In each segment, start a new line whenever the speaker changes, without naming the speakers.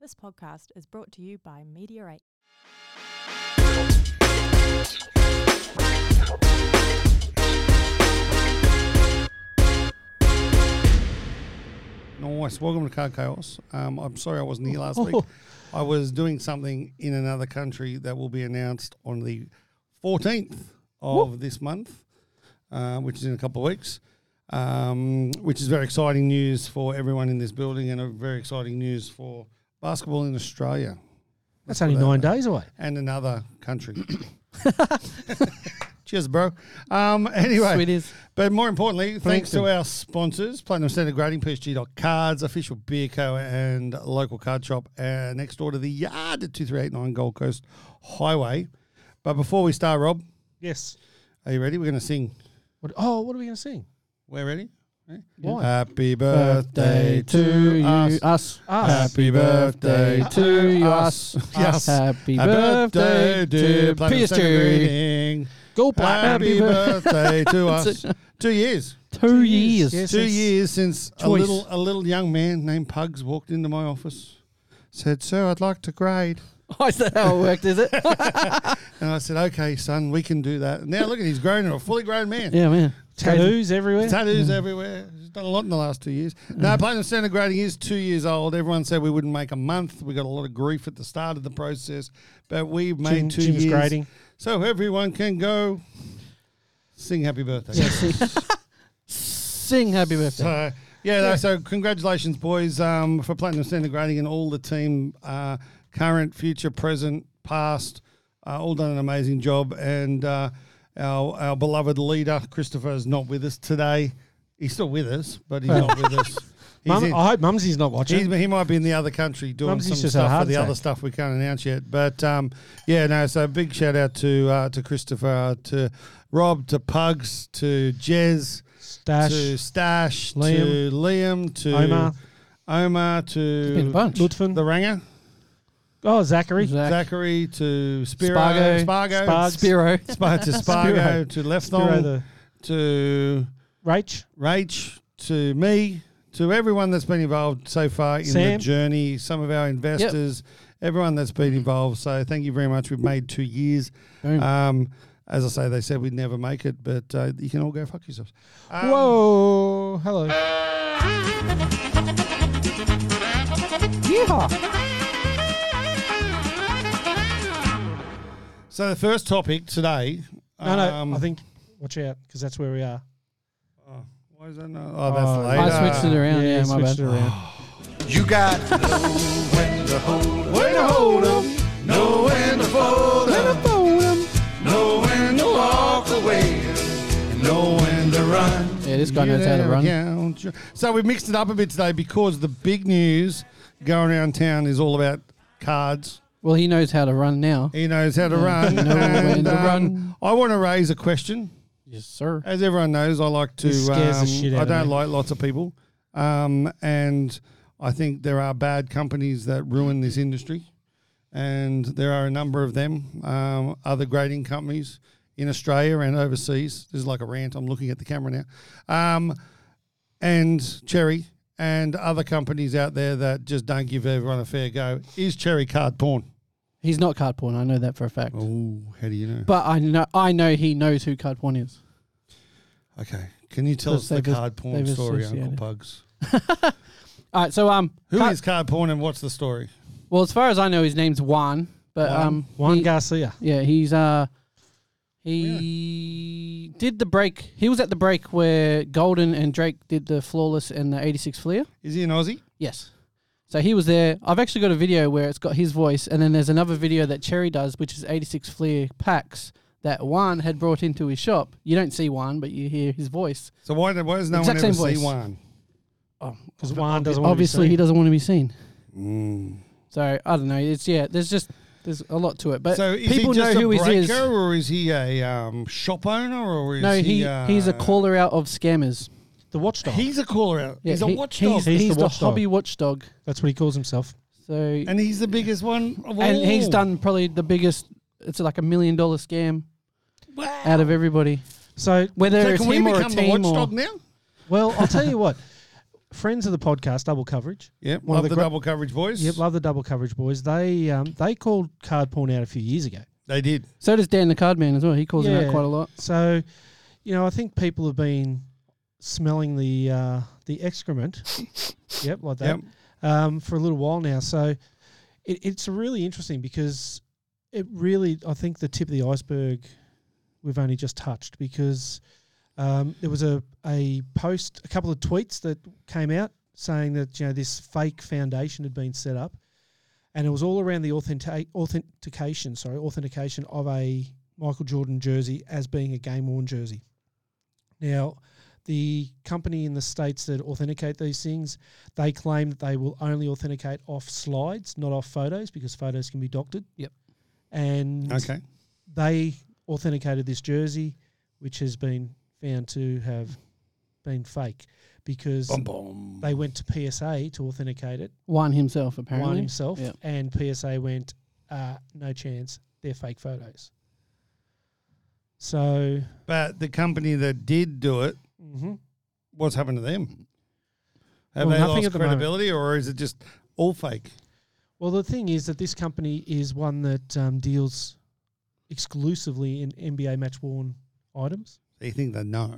This podcast is brought to you by Meteorate.
Nice. Welcome to Card Chaos. Um, I'm sorry I wasn't here last week. I was doing something in another country that will be announced on the 14th of this month, uh, which is in a couple of weeks, um, which is very exciting news for everyone in this building and a very exciting news for basketball in Australia
That's only
put that
nine
there.
days away.
and another country. Cheers, bro. Um, anyway,
Sweet is.
but more importantly, thanks,
Thanks,
to
Tim.
our sponsors, Platinum Standard Grading, PSG Cards, official beer co and local card shop uh, next door to the yard at 2389 Gold Coast Highway. But before we start, Rob,
Yes.
are you ready? We're going to sing.
What, oh, what are we going to sing?
We're ready? Ready?
Why?
Happy birthday to us.
us.
Us.
Happy birthday to us. Yes.
Happy
Happy dear
birthday, dear
Platinum Standard
PSG.
Grading.
Go platinum.
Happy birthday to
That's
us. Two years.
Two years.
Yes,
Two
yes.
years since a
Choice.
little a little young man named Pugs walked into my office, said, "Sir, I'd like to grade."
Oh, is that how it worked, is it?
And I said, "Okay, son, we can do that." And now look at he's grown, a fully grown man.
yeah, man.
Tattoos everywhere.
Tattoos everywhere. He's done a lot in the last two years.
Mm.
No, Platinum Standard Grading is two years old. Everyone said we wouldn't make a month. We got a lot of grief at the start of the process, but we've made
Jim-
two
Jim's
years.
grading.
So everyone can go sing happy birthday.
Yeah, sing, sing happy birthday.
So yeah, no, so congratulations, boys, um, for platinum standard grading and all the team, uh, current, future, present, past, uh, all done an amazing job. And uh, our our beloved leader Christopher is not with us today. He's still with us, but he's not with us. He's
Mum,
in-
I hope Mumsy's not
He's,
watching.
he might be in the other country doing
Mumsy's
some
just
stuff
had a
for
heart
the
attack.
other stuff we can't announce yet. But um, yeah, no. So big shout out to uh, to Christopher, uh, to Rob, to Pugs, to Jez, to
Stash.
Stash,
Liam.
to Liam, to
Omar.
Omar,
Been a
to
bunch.
the
Lutfin.
Ranger,
Oh, Zachary.
Zach,
Zachary, to Spiro,
Spargo.
Spargo,
Spargo.
Spiro.
Sp- to Spargo,
Spiro.
to
Spiro
Lefthong,
the
to
Rach.
Rach, to me, to everyone that's been involved so far in the
Sam.
journey, some of our investors, everyone that's been involved. So thank you very much. We've made two years.
Boom.
Um, as I say, they said we'd never make it, but uh, you can all go fuck yourselves. Um,
Whoa. Hello. Yeehaw.
So the first topic today.
No, no.
um,
I think, watch out, because that's where we are.
Oh, why is that not? Oh, that's later.
Oh,
I switched it around. Yeah, my
switched
bad.
it around.
You got to know when to hold 'em,
Way to hold 'em.
know when to fold 'em, know when to walk away, and know when to run.
Yeah, this guy knows how to run.
Yeah. So we've mixed it up a bit today because the big news going around town is all about cards.
Well, he knows how to run now.
He knows how to run. um,
know when to run.
I want to raise a question.
Yes, sir.
As everyone knows, I like to.
This scares the
um,
shit
I
out of
don't
me.
like lots of people, um, and I think there are bad companies that ruin this industry, and there are a number of them. Um, other grading companies in Australia and overseas. This is like a rant. I'm looking at the camera now, um, and Cherry and other companies out there that just don't give everyone a fair go. Is Cherry card porn?
He's not card porn. I know that for a fact.
Oh, how do you know?
But I know I know he knows who card porn is.
Okay, can you tell us
Because
the
they've-
card porn
they've
story, Uncle
associated.
Pugs?
All right, so um,
Who is
card-
card porn and what's the story?
well, as far as I know, his name's Juan. But
Juan?
um,
Juan
he-
Garcia.
Yeah, he's uh
Oh,
he did the break. He was at the break where Golden and Drake did the flawless and the 86 Fleer.
Is he an Aussie?
Yes. So he was there. I've actually got a video where it's got his voice and then there's another video that Cherry does which is 86 Fleer packs that Juan had brought into his shop. You don't see Juan, but you hear his voice.
So why, why does no one
Exact
ever
same
see
voice.
one?
Because Juan doesn't want
Obviously,
to
he doesn't want to be seen.
Mm.
So, I don't know. It's yeah, there's just there's a lot to it, but
So is
people
he
know
just
who
a
he
breaker,
is.
or is he a um, shop owner, or is
No,
he?
he
uh,
he's a caller out of scammers.
The watchdog.
He's a caller out.
Yeah,
he's a
he-
watchdog,
He's,
He's
he's
the
the,
watchdog.
hobby watchdog.
That's what he calls himself.
So and,
and he's the biggest one of all.
he's done probably the biggest. It's like a million dollar scam out of everybody.
So,
Whether
So
it's
can we
him or a
become the
team or
watchdog now?
well, I'll tell you what. friends of the podcast, double coverage.
Yep,
One
love
of
the,
the gra-
double coverage voice.
Yep, love the double coverage boys. They um, they called card porn out a few years ago.
they did.
So does Dan the Card Man as well. He calls it
Yeah.
out quite a lot.
So, you know, I think people have been smelling the uh, the excrement. yep, like that.
Yep.
um, for a little while now. So it, it's really interesting because it really, I think, the tip of the iceberg we've only just touched because um, there was a, a post, a couple of tweets that came out saying that you know this fake foundation had been set up, and it was all around the authentic- authentication, sorry, authentication of a Michael Jordan jersey as being a game worn jersey. Now, the company in the states that authenticate these things they claim that they will only authenticate off slides, not off photos, because photos can be doctored.
Yep.
And
Okay.
they authenticated this jersey, which has been found to have been fake because
Boom, boom.
they went to PSA to authenticate it,
One himself, apparently.
one himself,
Yep.
and PSA went, uh, no chance, they're fake photos. So,
But the company that did do it,
mhm.
what's happened to them? Have
Well,
they
nothing
lost
at the moment.
credibility, or is it just all fake?
Well, the thing is that this company is one that um, deals exclusively in NBA match worn items.
They think they know,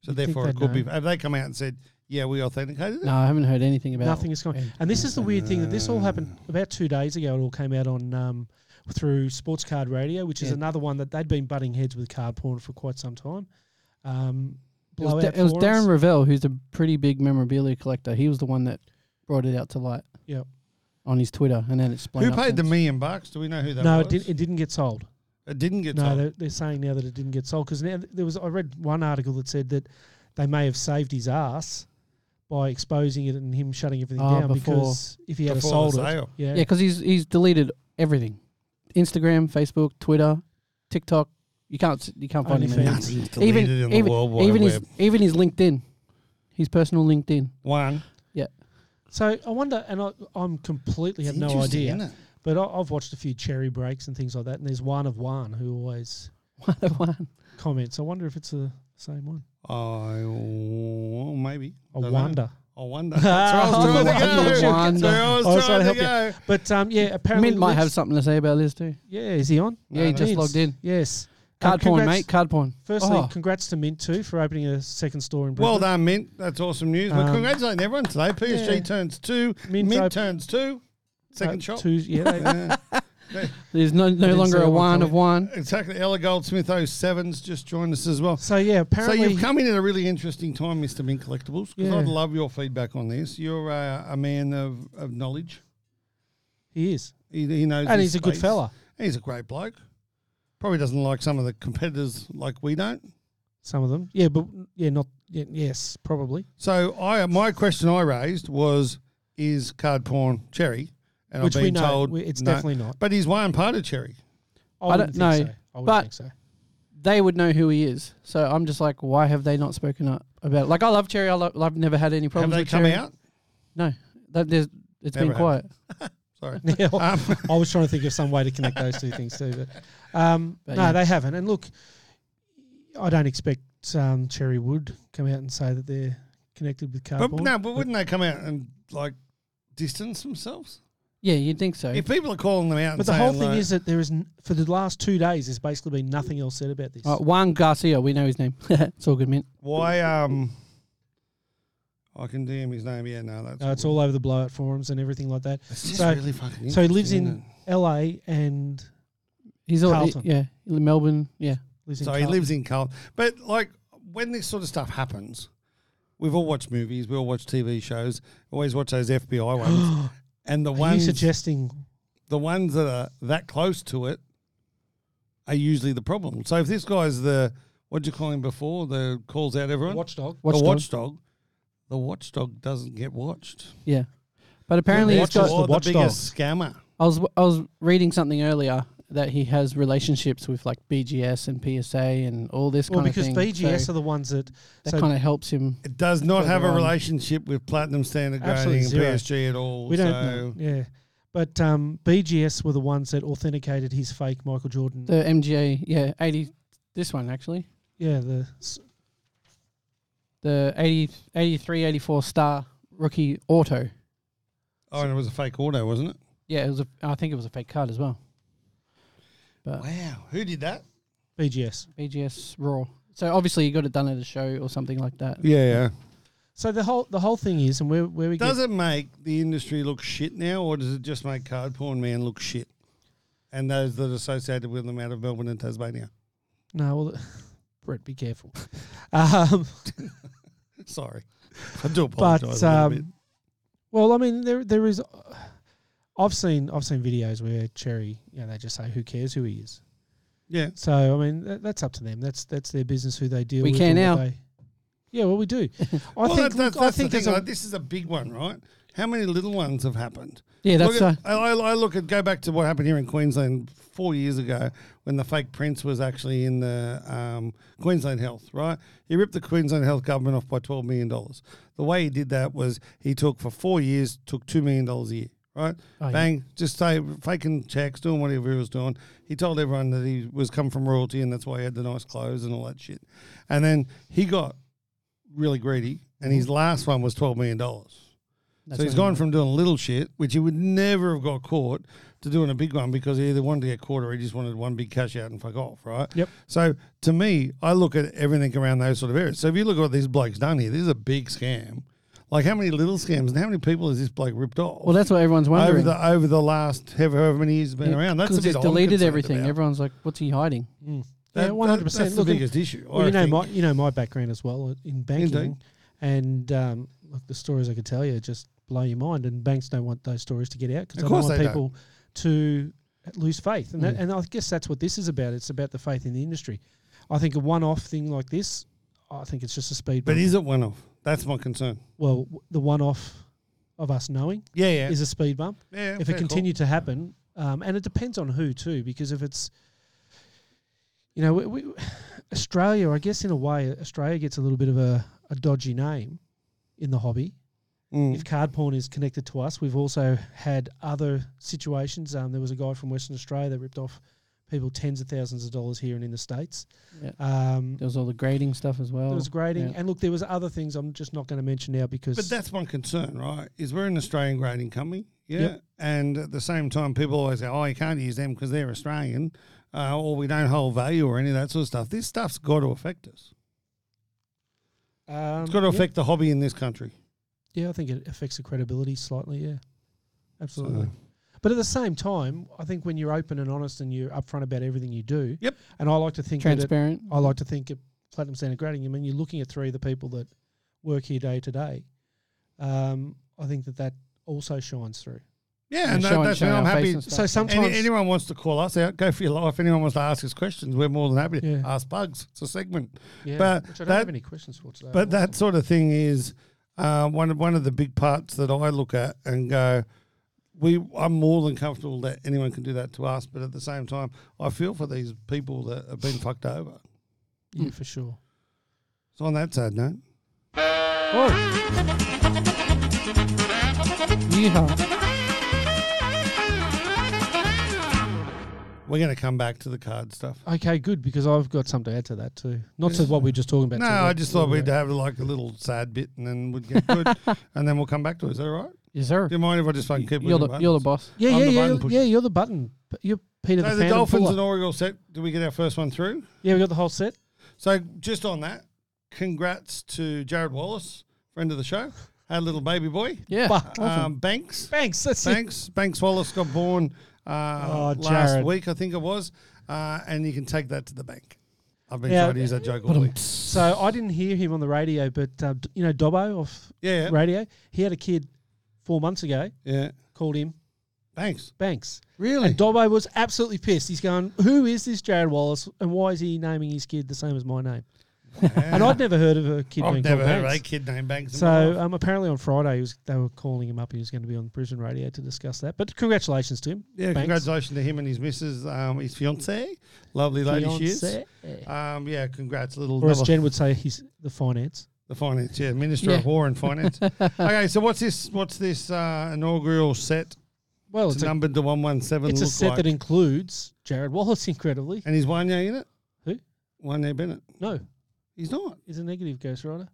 so
You'd think
therefore it
they'd
could be.
know.
Have they come out and said, "Yeah, we authenticated it"?
No, I haven't heard anything about
Nothing is going.
and-
And this is the weird thing that this all happened about two days ago. It all came out on um, through Sports Card Radio, which is
Yeah.
another one that they'd been butting heads with card porn for quite some time. Um,
It was,
Blowout
Da- it was
forums.
Darren Ravel, who's a pretty big memorabilia collector. He was the one that brought it out to light.
Yep.
On his Twitter, and then it's blown
Who
up
paid the
since.
million bucks? Do we know who that
No,
was?
it, did, it didn't get sold.
It didn't get
no,
sold.
they're, they're saying now that it didn't get sold because now th- there was. I read one article that said that they may have saved his ass by exposing it and him shutting everything
Oh,
down
before-
because if he had have
before
sold
the
it,
sale.
yeah,
Yeah, because he's he's deleted everything, Instagram, Facebook, Twitter, TikTok. You can't s- you can't find him anymore.
OnlyFans.
Nothing's
Even-
deleted in the
even-
World Wide
Even his
Web.
even his LinkedIn, his personal LinkedIn.
One.
So I wonder, and I, I'm completely have no
Interesting,
idea,
isn't it?
but I, I've watched a few cherry breaks and things like that, and there's one of one who always
One of one.
comments. I wonder if it's the same one.
I oh, maybe.
I
Don't know.
wonder.
I wonder. That's where I was trying to
Wonder,
Ah, go.
wonder.
That's uh, where I
I
was
was
trying
trying
to
to
go.
But um, yeah, apparently
Mint might have
Lynch-
something to say about this too.
Yeah, is he on?
Yeah, he
No,
just
Vince.
logged in.
Yes.
Uh,
Um,
Card porn,
congrats-
mate. Card porn.
Firstly,
Oh.
congrats to Mint too for opening a second store in Brisbane.
Well done, Mint. That's awesome news. We're
Um,
congratulating everyone today. PSG
yeah.
turns two. Mint,
Mint op-
turns two. Second
Uh,
shot.
Two, yeah, they-
Yeah.
There's no no
didn't
longer
see
a
that one
one of
coming.
one.
exactly. Ella Goldsmith 07's just joined us as well.
so yeah, apparently
so you've come in at a really interesting time, Mr. Mint Collectibles, because
Yeah.
I'd love your feedback on this. You're uh, a man of, of knowledge.
he is,
He, he knows
and
his
he's a good
space.
fella.
He's a great bloke. Probably doesn't like some of the competitors like we don't.
Some of them, yeah, but yeah, not yeah, yes, probably.
So I uh, my question I raised was is card porn cherry? And
Which
I've
we
been
know
told
we- it's
no.
definitely not.
But he's one part of cherry.
I,
I
wouldn't
don't
think
know,
so. I would
but-
think so.
They would know who he is. So I'm just like, why have they not spoken up about it? Like I love Cherry. I love, I've never had any
Have
problems
they
with
come
Cherry.
out?
No, that, there's it's
Never have.
been quiet.
Sorry.
Yeah,
Um,
I was trying to think of some way to connect those two things too, but um,
But
no,
yeah.
they haven't. And look, I don't expect um, Cherry would come out and say that they're connected with
but
cardboard.
no, but wouldn't they come out and like distance themselves?
Yeah, you'd think so.
If people are calling them out
But
and
the
saying
whole thing
like,
is that there is n- for the last two days, there's basically been nothing else said about this.
Uh, Juan Garcia, we know his name. it's all good, man.
why um I can DM his name, yeah, no, that's
No, Uh, it's all over the blowout forums and everything like that.
it's just
so-
really fucking
So he lives
interesting,
in LA and
He's all
Carlton.
yeah, Melbourne. Yeah,
lives in
So he
Carlton.
lives in Carlton. But like when this sort of stuff happens, we've all watched movies, we all watch TV shows, always watch those FBI ones. and the
Are you
ones
suggesting
the ones that are that close to it are usually the problem. So if this guy's the what would you call him before? The calls out everyone?
watchdog?
watchdog.
The oh, watchdog. The watchdog doesn't get watched.
Yeah, but apparently he's
Watch us.
got.
Or the,
the watchdog.
biggest scammer.
I was I was reading something earlier that he has relationships with like BGS and PSA and all this
Well,
kind
because
of thing.
BGS
so
are the ones that
that
so
kind of helps him.
It does not have a
Further on.
relationship with platinum standard
Absolutely
grading and
zero.
PSG at all.
we don't.
so
Yeah, but um, BGS were the ones that authenticated his fake Michael Jordan.
The MGA, yeah, eighty. This one actually,
yeah, the s-
the 80, 83, 84 star rookie auto.
Oh, and it was a fake auto, wasn't it?
Yeah, it was. A, I think it was a fake card as well.
Uh,
But
Wow, who did that?
BGS.
BGS Raw. So obviously you got it done at a show or something like that.
Yeah, yeah.
So the whole the whole thing is, and where where we
Does
get,
it make the industry look shit now, or does it just make card porn man look shit? And those that are associated with them out of Melbourne and Tasmania.
no, well, Brett, be careful. um,
Sorry, I do apologise.
but
a little bit.
um, well, I mean, there there is. I've seen I've seen videos where Cherry, you know, they just say, "Who cares who he is."
yeah,
So I mean, that, that's up to them. That's that's their business who they deal
We
with.
can
and
now.
what they- yeah, well, we do. I
well,
think
that, that's,
look, I
that's
think
the
there's
thing.
a,
like, this is a big one, right? How many little ones have happened?
Yeah, that's uh,
look
right.
at, I, I I look at go back to what happened here in Queensland four years ago when the fake prince was actually in the um, Queensland Health. Right, he ripped the Queensland Health government off by twelve million dollars. The way he did that was he took for four years took two million dollars a year. Right,
Oh, yeah.
bang, just say faking checks, doing whatever he was doing. He told everyone that he was come from royalty and that's why he had the nice clothes and all that shit. And then he got really greedy, and his last one was twelve million dollars
That's
so he's
what I
gone from doing little shit, which he would never have got caught, to doing a big one because he either wanted to get caught or he just wanted one big cash out and fuck off, right?
Yep.
So to me, I look at everything around those sort of areas. So if you look at what this bloke's done here, this is a big scam. Like how many little scams and how many people has this bloke ripped off?
Well, that's what everyone's
over
wondering.
the over the last however, however many years he's been around. That's a
because
bit
he's
I'm
deleted
concerned
everything.
about.
Everyone's like, "What's he hiding?"
Mm.
That-
yeah,
that-
one hundred percent.
That's the
Look, and-
biggest issue.
Well,
I
you know
think.
my you know my background as well in banking,
Indeed.
and um, look, the stories I could tell you just blow your mind. And banks don't want those stories to get out
Of
because they don't
course
want
they Mm.
people to lose faith. And that, and I guess that's what this is about. It's about the faith in the industry. I think a one-off thing like this, I think it's just a speed.
But
bump.
is it one off? That's my concern.
well, w- the one-off of us knowing
Yeah, yeah.
is a speed bump
yeah
if
fair call.
it continued to happen, um, and it depends on who too, because if it's, you know, we, we, Australia, I guess in a way, Australia gets a little bit of a, a dodgy name in the hobby.
Mm.
If card porn is connected to us, we've also had other situations. Um, there was a guy from Western Australia that ripped off people tens of thousands of dollars here and in the states.
Yeah.
Um,
There was all the grading stuff as well.
there was grading,
yeah.
and look, there was other things I'm just not going to mention now because
But that's one concern, right? Is we're an Australian grading company, yeah,
Yep.
and at the same time, people always go, "Oh, you can't use them because they're Australian, uh, or we don't hold value or any of that sort of stuff." This stuff's got to affect us.
um,
It's got to
yeah.
affect the hobby in this country.
Yeah, I think it affects the credibility slightly. Yeah, absolutely. But at the same time, I think when you're open and honest and you're upfront about everything you do,
Yep.
And I like to think that it,
transparent.
I like to think at Platinum Standard Grading. I mean, you're looking at three of the people that work here day to day. Um, I think that that also shines through.
Yeah, and that-
Yeah, showing-
that's
showing
why I'm
our face
happy.
and
So
stuff.
sometimes
Any, anyone wants to call us out, go for your life. Anyone wants to ask us questions, we're more than happy to
Yeah.
ask bugs. It's a segment.
yeah,
but
which I don't
that-
have any questions for today.
But that sort of thing is uh, one of one of the big parts that I look at and go, we I'm more than comfortable that anyone can do that to us, but at the same time, I feel for these people that have been fucked over.
yeah, for sure.
So on that sad note,
Yeehaw.
we're going to come back to the card stuff.
Okay, good because I've got something to add to that too. Not to what we were just talking about.
No,
to
I
what-
just thought we'd uh,
Yeah.
have like a little sad bit, and then we'd get good, and then we'll come back to it. Is that all right?
Yes, sir.
Do you mind if I just fucking keep?
You're
looking
the
at
you're the
buttons?
boss.
Yeah,
I'm
yeah,
the
yeah,
button pusher.
yeah. You're the button. P- You're Peter
So
the,
the,
Phantom
Dolphins
Fuller.
and Oriole set. Did we get our first one through?
Yeah, we got the whole set.
So just on that, congrats to Jared Wallace, friend of the show, had a little baby boy.
Yeah.
Fuck.
Um, Banks,
Thanks. That's
Banks, Banks Wallace got born uh,
Oh,
last
Jared.
week, I think it was, uh, and you can take that to the bank. I've been
Yeah.
trying to use that joke all week.
So I didn't hear him on the radio, but uh, d- you know Dobbo off
Yeah, yeah,
radio. He had a kid four months ago.
yeah.
Called him
Banks,
Banks.
really?
And Dobbo was absolutely pissed. He's going, "Who is this Jared Wallace, and why is he naming his kid the same as my name?" And I'd never heard of a kid
I've
being
never
called
heard of a
Banks.
kid named Banks. in my
So
life.
um, apparently on Friday he was, they were calling him up. He was going to be on Brisbane radio to discuss that. But congratulations to him.
yeah,
Banks.
congratulations to him and his missus, um, his fiancee, lovely lady she is.
Fiancé.
Um, yeah, congrats, little
Or as
double-
Jen would say, he's the finance.
The finance, yeah, Minister
Yeah.
of War and Finance. okay, so what's this? What's this uh, inaugural set?
Well,
It's
Oh, it's, a,
numbered to one one seven.
it's a set that includes Jared Wallace, incredibly.
and he's one year in it.
Who?
One year Bennett.
No,
He's not.
he's a negative Ghost Rider.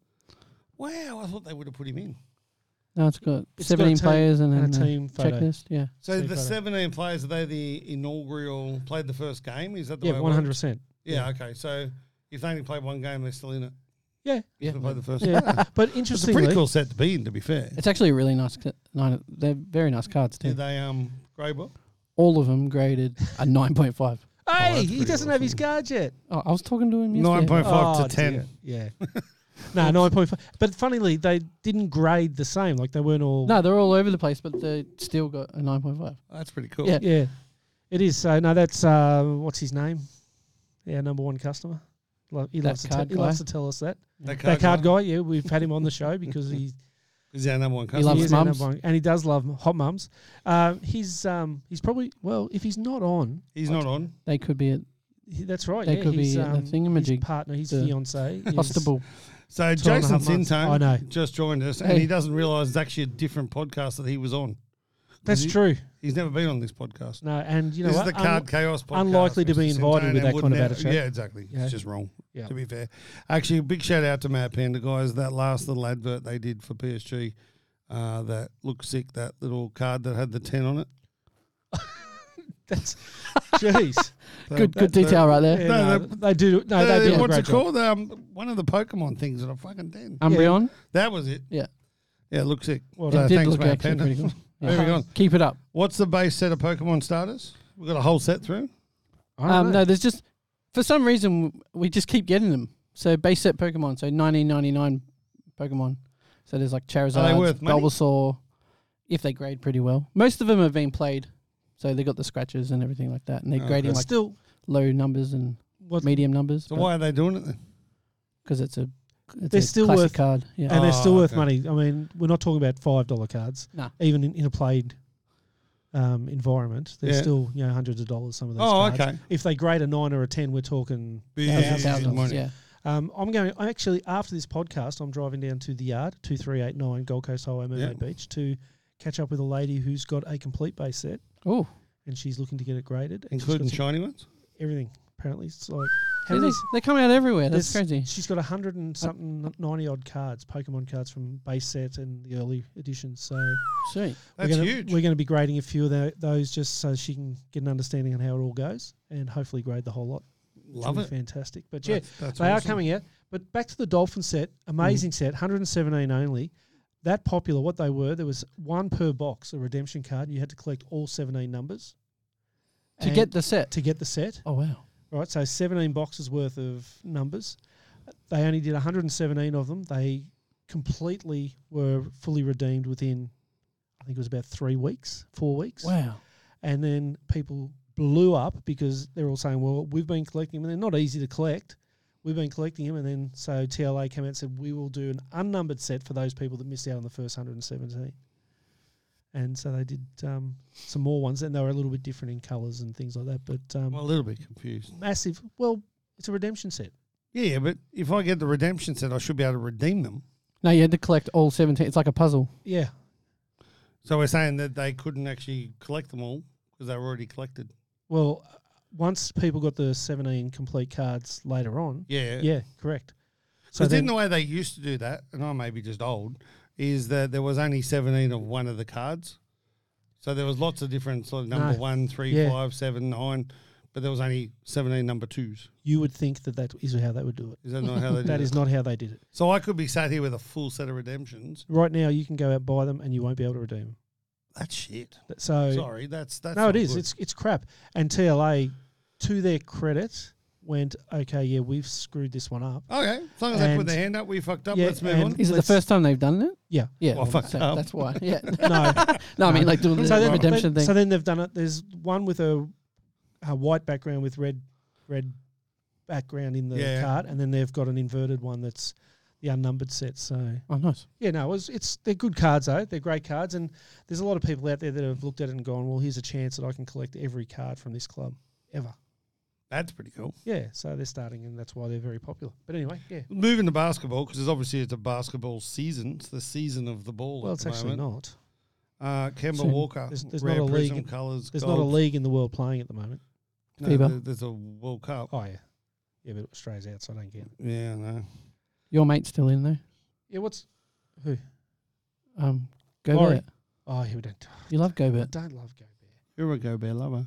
Wow, I thought they would have put him in.
No, it's got
It's got a
17
team
players and,
and a
then
team
the
photo.
checklist. Yeah.
So
Team
the
photo.
17 players, are they the inaugural, played the first game? Is that the
Yeah,
way it
one hundred
works?
percent.
Yeah, okay. So if they only played one game, they're still in it.
Yeah,
Yeah. They played the first
Yeah.
game.
but
It's a pretty
interestingly,
cool set to be in, to be fair.
It's actually a really nice. c- Nine, they're very nice cards too.
Did they um, grade well?
All of them graded a 9.5.
hey,
that's
he
pretty
doesn't have his
awesome.
cards yet.
Oh, I was talking to him yesterday.
9.5. Five to
Oh,
10.
dear. Yeah. no, nine point five. But funnily, they didn't grade the same. Like they weren't all.
No, they're all over the place, but they still got a 9.5.
That's pretty cool.
Yeah.
Yeah, it is. So no, that's uh, what's his name? Yeah, number one customer. Lo- he
That
loves to te-
card
he loves
guy?
to tell us that
That card,
that card guy. Yeah, we've had him on the show because he,
is our number one
He
customer.
loves
he is our
mums.
number one- and he does love hot mums. Um, he's um, he's probably well if he's not on.
He's not on.
They could be at
He, that's right.
That
yeah,
could be
he's,
a
um,
thingamajig,
His partner, his
the
fiance. is-
Costable.
So
Two and a
Jason
half months. I know.
Sintone just joined us, and
Hey.
he doesn't realise it's actually a different podcast that he was on.
That's
He-
true.
He's never been on this podcast.
No, and you know
this
what? Um,
is the
Un-
Card Chaos podcast.
unlikely to be
Mr.
invited
Sintone
with that
would
kind of
never-
attitude.
Yeah, exactly.
Yeah.
It's just wrong,
Yeah.
to be fair. Actually, big shout out to Matt Panda, guys. That last little advert they did for PSG, uh, that looked sick, that little card that had the 10 on it.
That's jeez.
That-
Good, good
that- that-
detail right there.
Yeah,
No,
no,
they-
they do. No,
Uh,
they do. a
what's
great
it
job.
called? Um, one of the Pokemon things that I fucking did.
Umbreon.
That was it.
Yeah.
Yeah, it looks sick.
Well
It
So
done.
did
thanks,
look
Matt
actually
Pender.
pretty cool.
Moving on.
Keep it up.
What's the base set of Pokemon starters? We've got a whole set through.
I don't
Um,
know.
no, there's just for some reason we just keep getting them. So base set Pokemon, so 1999 Pokemon. So there's like Charizard,
worth money?
Bulbasaur, if they grade pretty well. Most of them have been played, so they got the scratches and everything like that, and they're
Okay.
grading like
still
low numbers and
what,
medium numbers.
So why are they doing it then?
Because it's a it's
They're
a
still
classic
worth-
card. Yeah,
and they're still
Oh,
worth
okay.
money. I mean, we're not talking about five dollar cards.
Nah.
Even in, in a played um, environment, they're
Yeah.
still you know hundreds of dollars. Some of those.
Oh,
cards.
okay.
If they grade a nine or a ten, we're talking.
thousands,
Thousands.
thousands,
Money.
Yeah,
Um, I'm going. I'm actually after this podcast, I'm driving down to the yard, two three eight nine Gold Coast Highway, Mermaid Beach, to catch up with a lady who's got a complete base set,
oh,
and she's looking to get it graded, and she's got
Including
some-
shiny ones?
everything. Apparently, it's like how
they're,
many-
they're coming out everywhere. That's
There's-
crazy.
She's got a hundred and something, ninety odd cards, Pokemon cards from base set and the early editions. So
Sweet.
That's
we're gonna,
huge.
We're going to be grading a few of tho- those just so she can get an understanding on how it all goes, and hopefully grade the whole lot. Which
Love
will
it.
be Fantastic. But yeah,
That's- that's
they
awesome. Mm.
are coming out. But back to the Dolphin set, amazing set, 117 only. That popular, what they were, there was one per box, a redemption card, and you had to collect all 17 numbers
To
And
get the set.
to get the set.
Oh wow.
Right, so 17 boxes worth of numbers. They only did 117 of them. They completely were fully redeemed within, I think it was about three weeks, four weeks.
Wow.
And then people blew up because they're all saying, well, we've been collecting them and they're not easy to collect. We've been collecting them. And then so TLA came out and said, we will do an unnumbered set for those people that missed out on the first 117. And so they did um, some more ones, and they were a little bit different in colours and things like that. But um,
I'm a little bit confused.
massive. Well, it's a redemption set.
Yeah, yeah, but if I get the redemption set, I should be able to redeem them.
No, you had to collect all 17. It's like a puzzle.
Yeah.
So we're saying that they couldn't actually collect them all because they were already collected.
Well, uh, once people got the 17 complete cards later on.
Yeah.
Yeah, correct. So
Because in
then,
the way they used to do that, and I may be just old, is that there was only 17 of one of the cards. So there was lots of different sort of number
No.
one, three,
Yeah.
five, seven, nine, but there was only 17 number twos.
you would think that that is how they would do it.
Is that not how they did
That
it?
is not how they did it.
So I could be sat here with a full set of redemptions.
Right now, you can go out buy them, and you won't be able to redeem them.
That's shit.
That- So
Sorry, that's that's
no,
not
it is.
good.
It's it's crap. And TLA, to their credit, went okay. Yeah, we've screwed this one up.
okay. As long as they put
And-
their hand up, we fucked up.
yeah,
Let's move
and-
on.
Is it the
Let's-
first time they've done it?
Yeah.
Yeah.
Well, fucked
so
up.
that's why. Yeah.
No,
No, I mean
No.
like doing the
so then,
redemption
they-
thing.
So then they've done it. There's one with a, a white background with red, red background in the
Yeah.
card, and then they've got an inverted one that's the unnumbered set. So
oh, nice.
yeah, no, it was, it's they're good cards though. They're great cards, and there's a lot of people out there that have looked at it and gone, well, here's a chance that I can collect every card from this club ever.
That's pretty cool.
Yeah, so they're starting, and that's why they're very popular. But anyway, yeah.
Moving to basketball because obviously it's a basketball season. It's the season of the ball.
Well,
at
it's
the
actually
moment.
not.
Uh, Kemba
So
Walker.
there's- there's
rare
not a league-
prism colours.
There's not a league in the world playing at the moment.
No,
FIBA.
there- there's a World Cup.
Oh yeah, yeah, but Australia's out, so I don't get it.
Yeah, no.
Your mate's still in there.
Yeah, what's
Um, Gobert.
Laurie. Oh, you don't.
You love
I
Gobert,
don't love Gobert.
You're a go bear lover.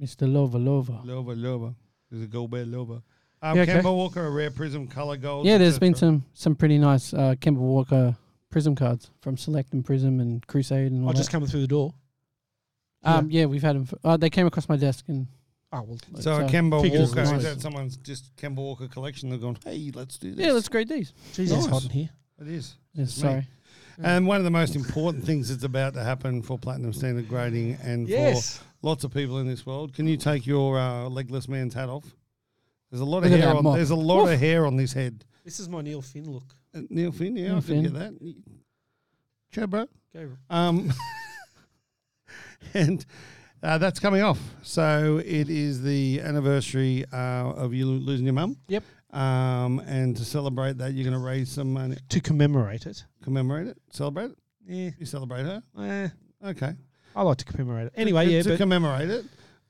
Mr. Lover Lover.
Lover, lover. There's a go bear lover. Um,
Yeah, okay.
Kemba Walker, a rare prism, color gold.
Yeah, there's
there's
been some some pretty nice uh, Kemba Walker Prism cards from Select and Prism and Crusade and all
Oh,
that.
just coming through the door.
um, yeah. we've had them. For, uh, they came across my desk and
Oh well,
So, a
so-
Kemba
Figures
Walker,
is
is
nice.
that someone's just Kemba Walker collection? They're going, hey, let's do this.
yeah, let's grade these.
geez, it's
Nice.
hot in here.
It is.
Yeah,
It's me.
sorry.
And one of the most important things that's about to happen for platinum standard grading and for lots of people in this world. Can you take your uh, legless man's hat off? There's a lot of
Look at
hair
that
on.
mop.
There's a lot of hair on this head.
This is my Neil Finn look.
Uh, Neil Finn, yeah,
Neil
I can get
Finn.
that. Ciao, bro.
Go.
Um, and uh, that's coming off. So it is the anniversary uh, of you lo- losing your mum.
Yep.
Um, and to celebrate that, you're going to raise some money,
To commemorate it.
commemorate it, celebrate it.
Yeah.
You celebrate her.
Eh,
Okay.
I like to commemorate it. Anyway,
to,
yeah,
to
but
commemorate it,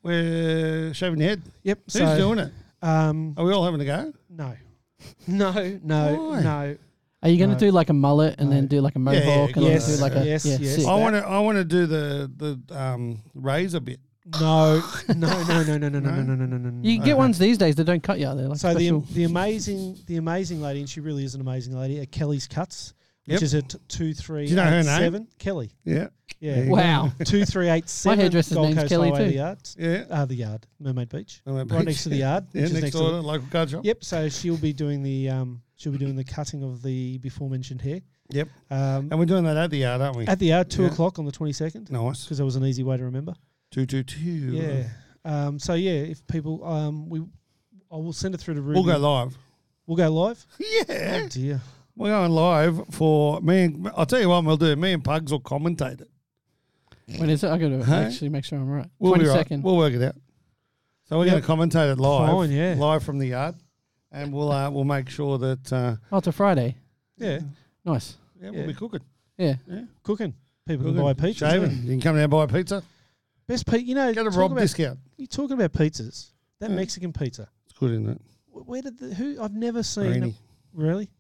we're shaving your head.
yep.
Who's
so,
doing it?
Um,
Are we all having a go?
no, no, no,
Why?
no.
Are you going to
No.
do like a mullet and then
No.
do like a
Yeah, yeah,
mohawk and
yes,
then do like a
yes,
yeah,
yes.
sick.
I want to. I want to do the the um, razor bit.
No, no, no, no, no, no, no, no, no, no, no, no.
You
no.
get ones these days that don't cut you. They're like
so the,
special.
the amazing the amazing lady, and she really is an amazing lady. At Kelly's Cuts,
Yep.
which is at two three
Do you know her
eight
name?
seven. Kelly,
Yeah, There
yeah,
you go.
wow.
two three eight seven.
hairdresser's
Gold
name's
Coast
Kelly
Highway,
too.
The yard,
yeah.
uh, the yard, Mermaid Beach,
Mermaid
right
Beach,
next to the
yeah.
yard,
Yeah,
which
next,
is next
door to
to
the local card shop.
Yep. So she'll be doing the um, she'll be doing the cutting of the before mentioned hair.
Yep.
Um,
And we're doing that at the yard, aren't we?
at the hour two
Yeah.
o'clock on the twenty second
nice.
because that was an easy way to remember.
Two two two.
Yeah. Um, so yeah, if people um, we I will send it through to Ruby.
We'll go live.
We'll go live.
Yeah,
Oh dear.
we're going live for me. And, I'll tell you what we'll do. Me and Pugs will commentate it.
When is it? I got to
Huh?
actually make sure I'm right.
We'll
Twenty
be right.
second.
We'll work it out. So we're
Yep.
going to commentate it live,
Fine, yeah.
live from the yard, and we'll uh, we'll make sure that uh,
Oh, it's a Friday.
Yeah.
Nice.
yeah, we'll
Yeah.
be cooking.
Yeah.
Cooking. People
Cooking,
can buy pizzas.
shaving.
yeah.
You can come down and buy a pizza.
Best pizza. You know,
Get a
talk
Rob
about,
discount.
you're talking about pizzas. That
Yeah.
Mexican pizza.
It's good, isn't it?
Wh- Where did the, who? I've never seen.
Greenie.
a- really?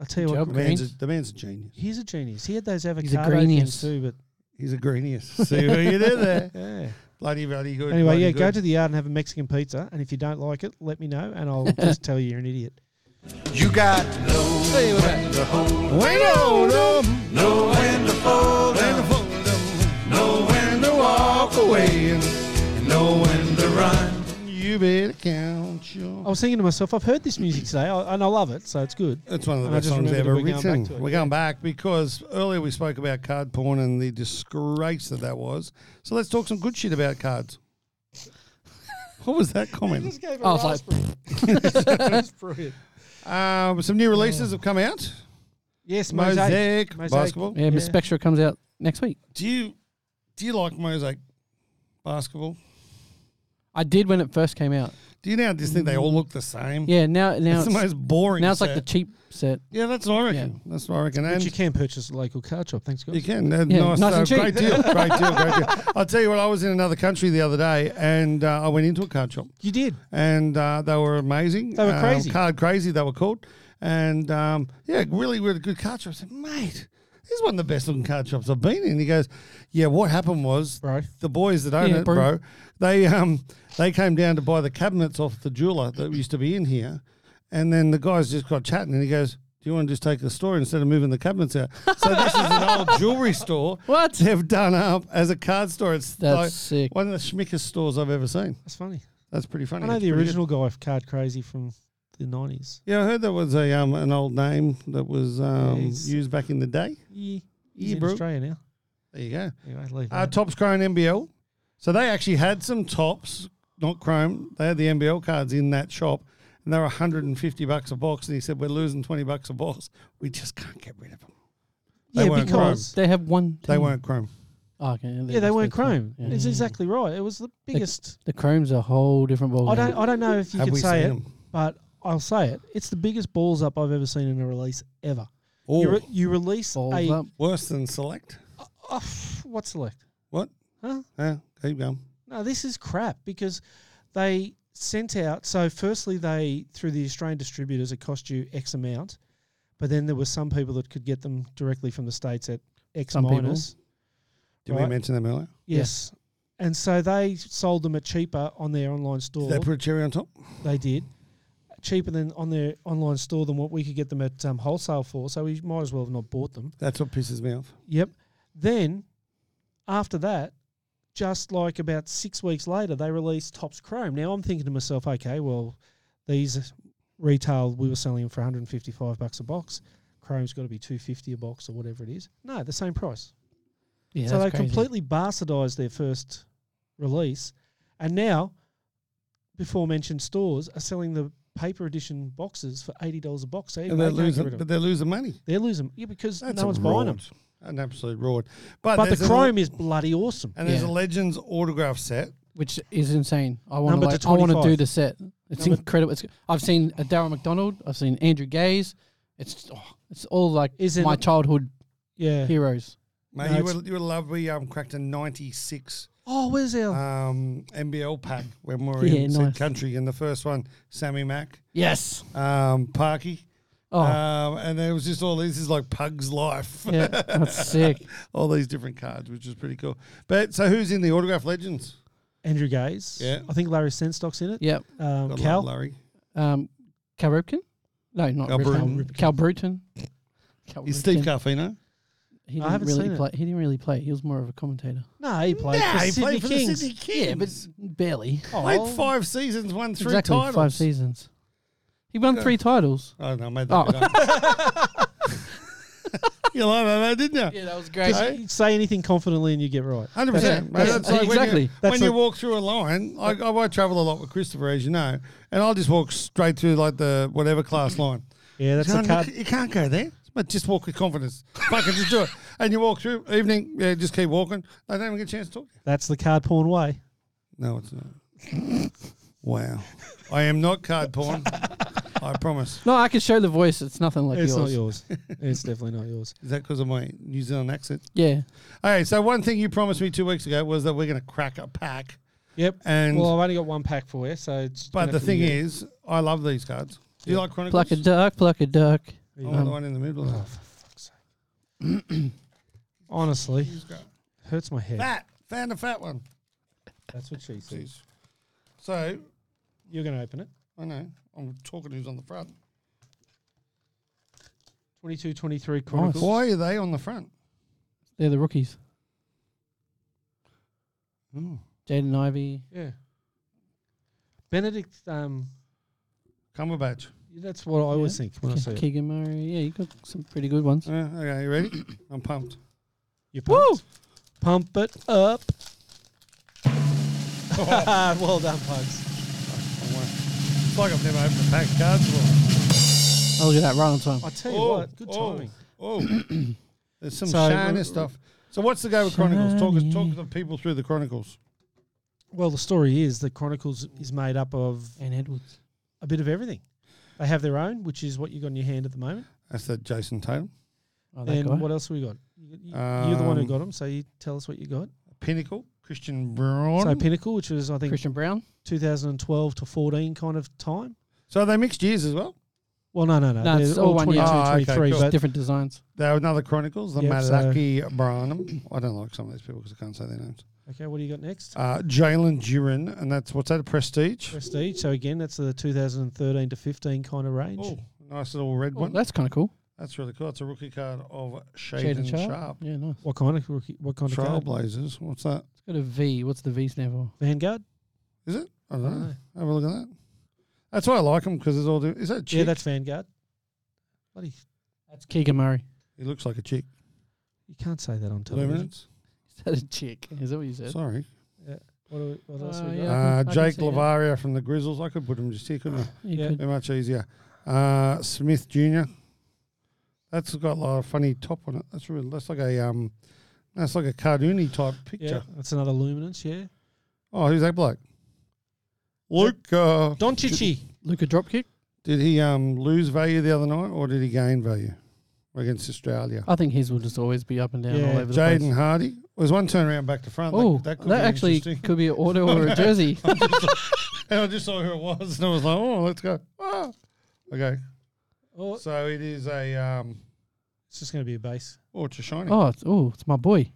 I tell you
Good
what.
job.
The man's, a, the man's a genius.
He's a genius. He had those
a
avocado
greenius.
things too, but
He's a greenius. See what you did there.
yeah.
Bloody, bloody good.
Anyway,
bloody
yeah,
good.
go to the yard and have a Mexican pizza. And if you don't like it, let me know, and I'll just tell you you're an idiot.
You got no
Hey, we're back.
when to hold,
Wait on them.
no when to fold,
Wait
and
on them.
know when to walk away, and know when to run.
You better count
I
your.
was thinking to myself, I've heard this music today, I, and I love it, so it's good.
It's one of the
And I
best
just
songs
remembered
ever
we're going back
written.
to it,
we're going back because earlier we spoke about card porn and the disgrace that that was. So let's talk some good shit about cards. what was that comment?
gave
I was like,
brilliant.
Um, some new releases have come out.
Yes, mosaic.
Mosaic,
Mosaic.
basketball.
yeah, Miss
Yeah.
Spectra comes out next week.
Do you do you like mosaic basketball?
I did when it first came out.
Do you now just think they all look the same?
Yeah, now now
it's,
it's,
the most boring.
now it's like the
set.
cheap set.
yeah, that's what I reckon. That's what I reckon.
But you
And
can purchase at a local card shop. Thanks,
you
guys.
can, uh,
Yeah,
nice,
nice
uh,
and cheap.
great deal, great deal, great deal. I'll tell you what. I was in another country the other day, and uh, I went into a card shop,
You did.
and uh, they were amazing.
They were
Um,
crazy.
card crazy. They were called, and um, yeah, really, really good card shop. I said, mate. This is one of the best looking card shops I've been in. He goes, Yeah, what happened was
Bro.
the boys that own
Yeah,
it,
bro.
bro, they um they came down to buy the cabinets off the jeweler that used to be in here, and then the guys just got chatting, and he goes, "Do you want to just take the store instead of moving the cabinets out?" so this is an old jewelry store.
What?
they've done up as a card store? It's
That's
like
sick.
One of the schmickest stores I've ever seen.
That's funny.
That's pretty funny.
I know
It's
the
pretty good.
original guy, Card Crazy, from the 90s.
Yeah, I heard that was a um an old name that was um,
he's-
used back in the day.
Yeah. He's
Yeah,
in
bro.
Australia now.
There you go.
Anyway, leave
Uh,
that.
tops Chrome NBL. So they actually had some tops, not Chrome. They had the NBL cards in that shop, and they were 150 bucks a box. And he said, "We're losing 20 bucks a box. We just can't get rid of them. They
yeah,
weren't
because.
They have one.
They
Hmm.
team.
weren't Chrome.
Oh, okay.
Yeah, they weren't Chrome.
Yeah.
It's exactly right. It was the biggest.
The Chrome's a whole different ballgame.
I don't. I don't know if you
Have
can
we
say
seen
it,
them?
but I'll say it. It's the biggest balls up I've ever seen in a release ever.
Or
You, re- you release
Balls
a
up.
worse than Select?
Oh, pff, what select?
What?
Huh?
Yeah, keep going.
No, this is crap because they sent out. So, firstly, they through the Australian distributors, it cost you X amount, but then there were some people that could get them directly from the states at X
Some people.
minus.
Did we
Right.
mention them earlier?
Yes. And so they sold them at cheaper on their online store.
Did they put a cherry on top?
They did. Cheaper than on their online store than what we could get them at um, wholesale for. So we might as well have not bought them.
That's what pisses me off.
Yep. Then, after that, just like about six weeks later, they released Topps Chrome. Now I'm thinking to myself, okay, well, these retail we were selling them for 155 bucks a box. Chrome's got to be 250 a box or whatever it is. No, the same price.
Yeah,
so
that's
they
crazy.
completely bastardised their first release, and now, before mentioned stores are selling the paper edition boxes for eighty dollars a box. So even
And they're
they can't get rid
losing,
of
but
them.
they're losing money.
they're losing, yeah, because
That's
no
a
one's buying them.
rod. An absolute rod. But,
But the
there's an-
Chrome is bloody awesome.
And there's
Yeah.
a Legends autograph set.
which is insane. I want
Number
like,
to
I want to
25.
do the set. It's
Number-
incredible. It's, I've seen a Daryl McDonald. I've seen Andrew Gaze. It's oh, it's all like
Is it-
my childhood
Yeah.
heroes.
Mate,
No,
you,
it's-
would, you would love, we um, cracked a 96
Oh, where's our?
um, NBL pack when we were
Yeah,
in said
nice.
country. And the first one, Sammy Mack,
Yes.
um, Parky.
Oh,
Uh,
Um, and there was just all this is like Pug's life.
yeah, that's sick.
all these different cards, which is pretty cool. But so who's in the autograph legends?
Andrew Gaze.
Yeah.
I think Larry Senstock's in it.
Yep.
Um,
Got
Cal.
Larry.
Um, Cal Ripken? No, not
Cal
Cal Ripken.
Bruton.
Cal Bruton. Cal
Is
Ripken.
Steve Carfino?
He didn't
I haven't
really
seen it.
play. He didn't really play. He was more of a commentator.
No, he played
Nah,
for
he
Sydney
played for
Kings.
the Sydney Kings.
Yeah, but barely.
Oh,
Played five seasons, won three
exactly
titles.
five seasons. He won
Yeah.
three titles.
I don't know, I made that
Oh.
bit up. you lied on that, didn't you?
Yeah, that was great.
Just say anything confidently and you get right.
Hundred
Yeah,
percent.
that's- exactly.
When you,
That's
when you
like-
walk through a line, I, I, I travel a lot with Christopher, as you know, and I'll just walk straight through like the whatever class line.
Yeah, that's
you,
a
can't-
card.
you can't go there. But just walk with confidence. Fucking just do it. And you walk through evening. Yeah, just keep walking. They don't even get a chance to talk. to you.
That's the card porn way.
No, it's not. wow, I am not card porn. I promise.
no, I can show the voice. It's nothing like
it's
yours.
not yours. it's definitely not yours.
Is that because of my New Zealand accent?
Yeah.
All right. So one thing you promised me two weeks ago was that we're going to crack a pack.
Yep.
And
well, I've only got one pack for you, so it's.
but
gonna
the
have to
thing
be you.
is, I love these cards. Do you
Yeah.
like Chronicles?
Pluck a duck, pluck a duck.
I
There you
want the
go.
one in the middle.
Oh, for fuck's sake. Honestly,
He's got-
hurts my head.
Fat, found a fat one.
That's what she says.
Jeez. So
You're going to open it.
I know I'm talking who's on the front.
22, 23 Chronicles.
Why are they on the front?
They're the rookies.
Oh.
Jaden Ivey.
Yeah. Benedict, um,
Cumberbatch.
that's what I always think when I see
Ke-
it.
Keegan Murray. Yeah, you got some pretty good ones.
Uh, okay, you ready? I'm pumped.
You pumped? Pump it up. well done, Pugs.
I'm one. It's like I've never opened a pack of cards before.
Oh, look at that, right on time.
I tell you
Oh,
what, good
oh.
timing.
Oh, there's some
So-
shiny stuff. So what's the go with Chronicles? Talk us, talk
Shiny.
to the people through the Chronicles.
Well, the story is the Chronicles is made up of
And Edwards.
a bit of everything. They have their own, which is what you got in your hand at the moment.
That's the Jason Tatum
Oh, that
And
guy.
what else have we got? You, you- you're the one who
Um,
got them, so you tell us what you got.
Pinnacle, Christian Braun.
So
So,
Pinnacle, which was I think
Christian Brown.
2012 to 14 kind of time.
they mixed years as well.
Well, no, no, no.
No, it's
they're
all
all
one year.
22,
Ah, okay,
23,
cool.
but
Different designs.
They were another Chronicles, the
Yep, so-
Malaki Branham. I don't like some of these people because I can't say their names.
okay. What do you got next?
Uh, Jalen Duran, and that's what's that? A Prestige.
Prestige. So again, that's the 2013 to 15 kind of range.
Oh, nice little red
Oh,
one.
that's kind of cool.
That's really cool. That's a rookie card of
Shade
Shaden
and Sharp.
Sharp.
Yeah, nice.
What kind of rookie? What kind of card?
Trailblazers. What's that?
It's got a V. What's the V stand for?
Vanguard.
Is it? I don't know.
Dunno.
Have a look at that. That's why I like him because it's all. Is that a chick?
Yeah, that's Vanguard. Bloody,
That's Keegan Murray.
he looks like a chick.
you can't say that on television.
Luminance.
Is that a chick? Is that what you said?
Sorry.
What, do we, what else?
Uh,
we got?
yeah.
Uh,
I can
Jake
see that.
Lavaria from the Grizzlies. I could put him just here, couldn't I?
You
Yeah.
could-
Be much easier. Uh, Smith Jr. That's got a lot of funny top on it. That's really that's like a um, that's like a cartoony type
Yeah,
picture.
that's another luminance. Yeah,
Oh, who's that bloke? Luke. Uh,
Doncic.
Luca dropkick.
Did he um, lose value the other night or did he gain value against Australia?
I think his will just always be up and down
Yeah,
all over the place.
Jaden Hardy was one turnaround back to front.
Oh,
that, that,
that,
could be
actually
interesting.
could be an auto or a jersey.
And I just saw who it was and I was like, oh, let's go. Ah. Okay.
Oh,
So it is a. Um,
it's just going to be a base.
Oh, it's a shiny.
Oh, it's, oh, it's my boy.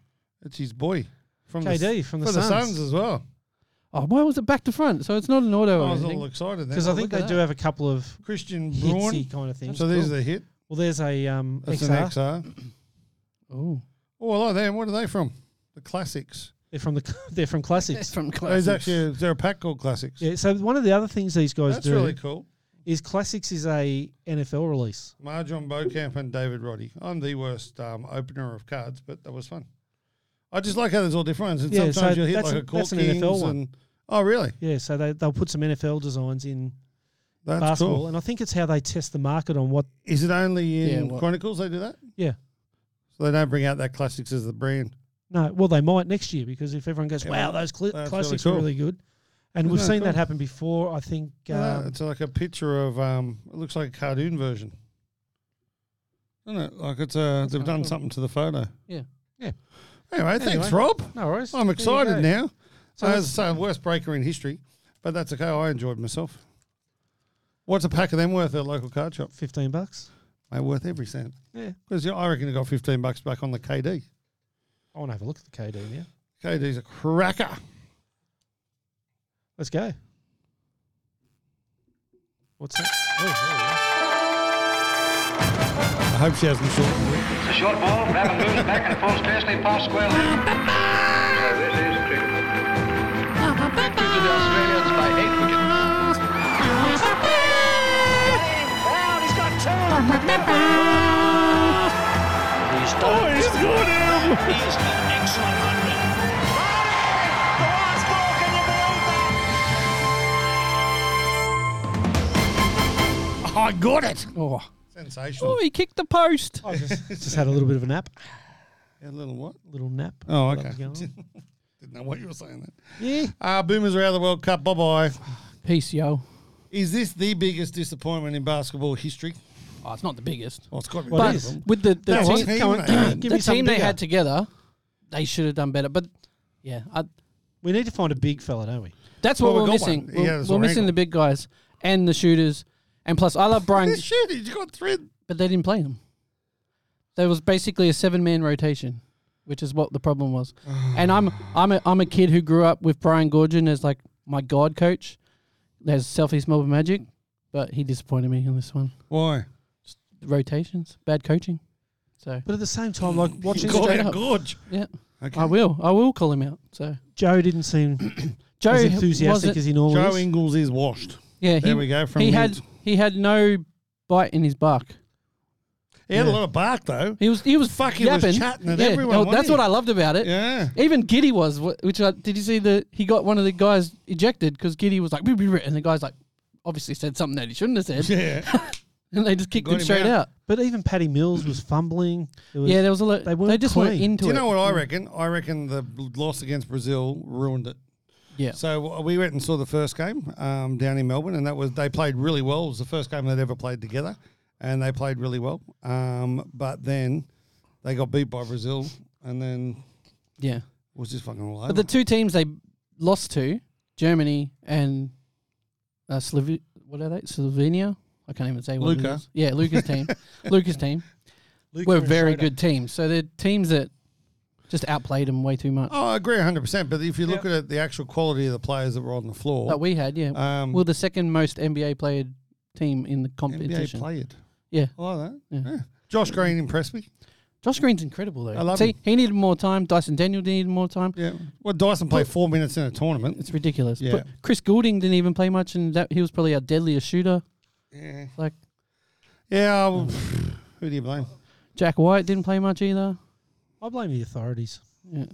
It's his boy from the,
KD
from
from the
the Suns
Suns.
as well.
Oh, why was it back to front? So it's not an
Oh,
auto.
I
or
was
anything.
all excited then.
Because I think
look
they
at
do
that.
have a couple of
Christian Braun.
hitsy kind of things.
So these are the hit.
Well, there's a um,
That's
XR.
an XR.
Oh,
Oh, I like them. What are they from? The classics.
They're from the they're from classics.
from
There's actually a, is there a pack called Classics.
yeah. So one of the other things these guys
That's
do
really cool.
is classics is a NFL release.
Marjon Beaucamp and David Roddy. I'm the worst um, opener of cards, but that was fun. I just like how there's all different ones. And
Yeah,
sometimes
so
you'll hit
that's
like
an-
a Court
that's an NFL
Kings
one.
and- oh, really?
Yeah. So they they'll put some NFL designs in
That's
basketball,
cool.
and I think it's how they test the market on what.
Is it only
Yeah,
in
what-
Chronicles they do that?
Yeah.
So they don't bring out that Classics as the brand.
No, well they might next year because if everyone goes,
Yeah,
wow, those cl-
that's really
classics
cool.
are really good, and
Isn't
we've
that
seen
cool?
that happen before. I think. Um,
Yeah, it's like a picture of um, it looks like a cartoon version. Isn't it? Like it's a they've
kinda
done
cool.
something to the photo.
Yeah.
Yeah.
Anyway, thanks,
Anyway.
Rob.
no worries.
I'm
There you go.
excited now. Uh,
So
So as I
let's-
say, I'm worst breaker in history, but that's okay. I enjoyed myself. What's a pack of them worth at a local card shop?
Fifteen bucks.
Mate, worth every cent.
Yeah.
Because I reckon I got 15 bucks back on the KD.
I want to have a look at the KD now.
KD's a cracker.
Let's go. What's that?
I hope she hasn't short.
It's a short ball, grab and move it back and full stress, they pass square leg. Yeah, this is cricket. Victory to the Australians by eight wickets. He's done.
He's got him!
He's an excellent hundred.
I got it!
Oh.
Sensational.
oh, he kicked the post.
I just, just had a little bit of a nap.
A little what?
Little nap.
Oh,
While that
okay.
was going on.
Didn't know what you were saying then.
yeah.
Uh, Boomers are out of the World Cup. Bye bye.
Peace, yo.
Is this the biggest disappointment in basketball history?
Oh, it's not the biggest.
Well, it's got to be
What
one
But
of
is?
them.
with the, the
That
team,
was him,
Come on,
mate.
give me- give
the
me something
team they
bigger.
had together, they should have done better. But yeah, I,
We need to find a big fella, don't we?
that's
Well,
what
we
we're
got
missing.
one. He had
We're,
us
we're
on
missing
ankle.
the big guys and the shooters. And plus, I love Brian,
This shit, he's got thread.
but they didn't play him. There was basically a seven-man rotation, which is what the problem was. and I'm I'm a, I'm a kid who grew up with Brian Gorgon as like my god coach. There's Southeast Melbourne Magic, but he disappointed me in this one.
Why?
Rotations, bad coaching. So
But at the same time, like watching
Go-
Call
straight
out
up.
Gorge.
yeah,
Okay.
I will I will call him out. So
Joe didn't seem
Joe
as
wasn't-
enthusiastic as he normally
Joe
is.
Ingles is washed.
Yeah,
There
he,
we go. From
he
Mint.
had he had no bite in his bark.
he had a
Yeah.
lot of bark though.
He was he was
Fuck, he
fucking
was
yapping.
chatting at
yeah,
everyone,
oh,
wasn't
that's
he?
what I loved about it.
Yeah.
Even Giddy was, wh- which I, did you see the he got one of the guys ejected because Giddy was like, "Boo, boo, boo," and the guy's like, obviously said something that he shouldn't have said,
Yeah.
and they just kicked
Got
him
him
straight
out.
out.
But even Paddy Mills was fumbling. There was-
Yeah, there was a lot.
They
They,
weren't
just weren't
clean.
into
Do you
it. Mm.
know what I reckon? I reckon the loss against Brazil ruined it.
Yeah.
So uh, we went and saw the first game um, down in Melbourne, and that was they played really well. It was the first game they'd ever played together, and they played really well. Um, but then they got beat by Brazil, and then it
yeah,
was just fucking all over.
but the two teams they lost to, Germany and uh, Slovi- what are they? Slovenia. I can't even say what it
Luca.
is. Yeah, Luca's team. Luca's team.
Luka
were
and
very
Schroeder.
good teams. So they're teams that just outplayed them way too much.
oh, I agree 100. percent But if you look at it, the actual quality of the players that were on the floor,
That we had, yeah.
um,
well, the second most NBA played team in the
NBA
competition.
played.
Yeah.
I like that.
Yeah.
Yeah. Josh Green impressed me.
Josh Green's incredible though.
I love
See,
him.
he needed more time. Dyson Daniel needed more time.
Yeah. Well, Dyson played four minutes in a tournament.
It's ridiculous.
Yeah.
But Chris Goulding didn't even play much, and that he was probably our deadliest shooter.
Yeah.
Like
Yeah. Well, who do you blame?
Jack White didn't play much either.
I blame the authorities.
Yeah.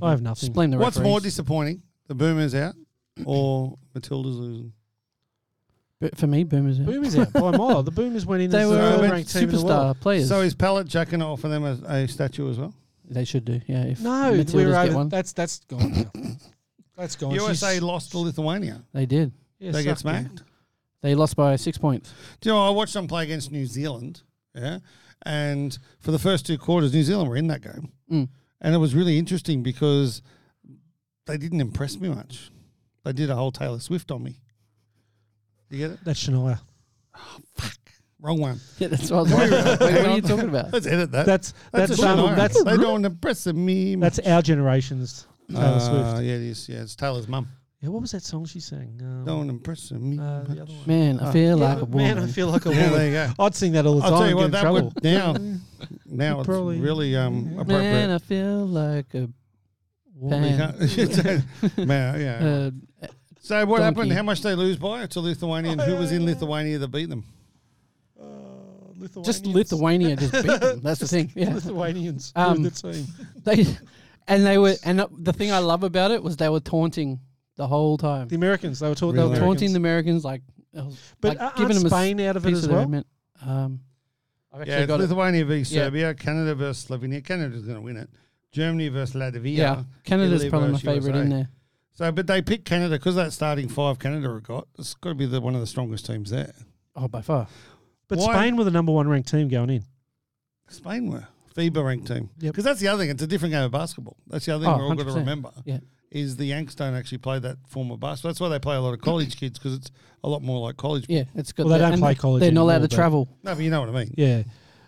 I have nothing.
Just blame the
What's more
referees.
disappointing, the Boomers out or Matilda's losing?
But for me, Boomers. out.
Boomers out by a mile. The Boomers went in
They
as
were
So
the
many
ranked team in the world.
superstar players.
So is Pallet Jack and offer them a, a statue as well?
they should do. Yeah. If
No,
Matildas
we were
get
over,
one,
that's that's gone. Now. That's gone.
USA
She's-
lost to Lithuania.
they did.
yeah,
they get
suck it.
smacked.
They lost by six points.
Do you know, I watched them play against New Zealand, yeah? And for the first two quarters, New Zealand were in that game.
Mm.
And it was really interesting because they didn't impress me much. They did a whole Taylor Swift on me. You get it?
That's Shania.
Wrong one.
Yeah, that's what I was wondering. what are you talking about?
Let's edit that.
That's that's
a
that's
shame.
um, that's,
they don't impress me.
that's our generation's Taylor
Uh,
Swift.
yeah, it is. Yeah, it's Taylor's mum.
Yeah, what was that song she sang? Um,
Don't impress me.
uh, the
much.
other one.
Man, I feel
Yeah,
like a woman.
man, I feel like a
Yeah,
woman.
there you go.
I'd sing that all the
I'll tell
time
you
and
what,
get in
that
trouble.
would now, now it's
Probably-
really um,
Man,
appropriate.
I feel like a
You
pan.
can't- it's a- Man, yeah.
Uh,
So what happened?
donkey.
How much they lose by to Lithuania? And who was in Lithuania that beat them?
Uh,
just Lithuania just beat them. That's the thing. Yeah.
Lithuanians.
Um,
with the team.
They and they were and the thing I love about it was they were taunting the whole time.
The Americans. They were, taught,
Really?
they were
Taunting the Americans like, uh,
But
like
aren't
giving them a
Spain out of it
piece
as
of their
well?
mint. Um, I've actually
Yeah, it's
got it.
Lithuania v
Yeah.
Serbia, Canada versus Slovenia. Canada's going to win it. Germany versus Latvia.
Yeah, Canada's
Italy
probably my
versus
favourite in
USA.
there.
So, but they picked Canada because that starting five Canada have got. It's got to be the, one of the strongest teams there.
Oh, by far.
But
Why-
Spain were the number one ranked team going in.
Spain were FIBA ranked team because
Yep.
that's the other thing. It's a different game of basketball. That's the other thing
Oh,
we're all got to
100%.
remember.
Yeah.
Is the Yanks don't actually play that form of basketball. That's why they play a lot of college kids because it's a lot more like college.
Yeah, it's good.
Well, they
that-
don't
and
play college
They're not allowed
anymore,
to
but-
travel.
No, but you know what I mean.
Yeah.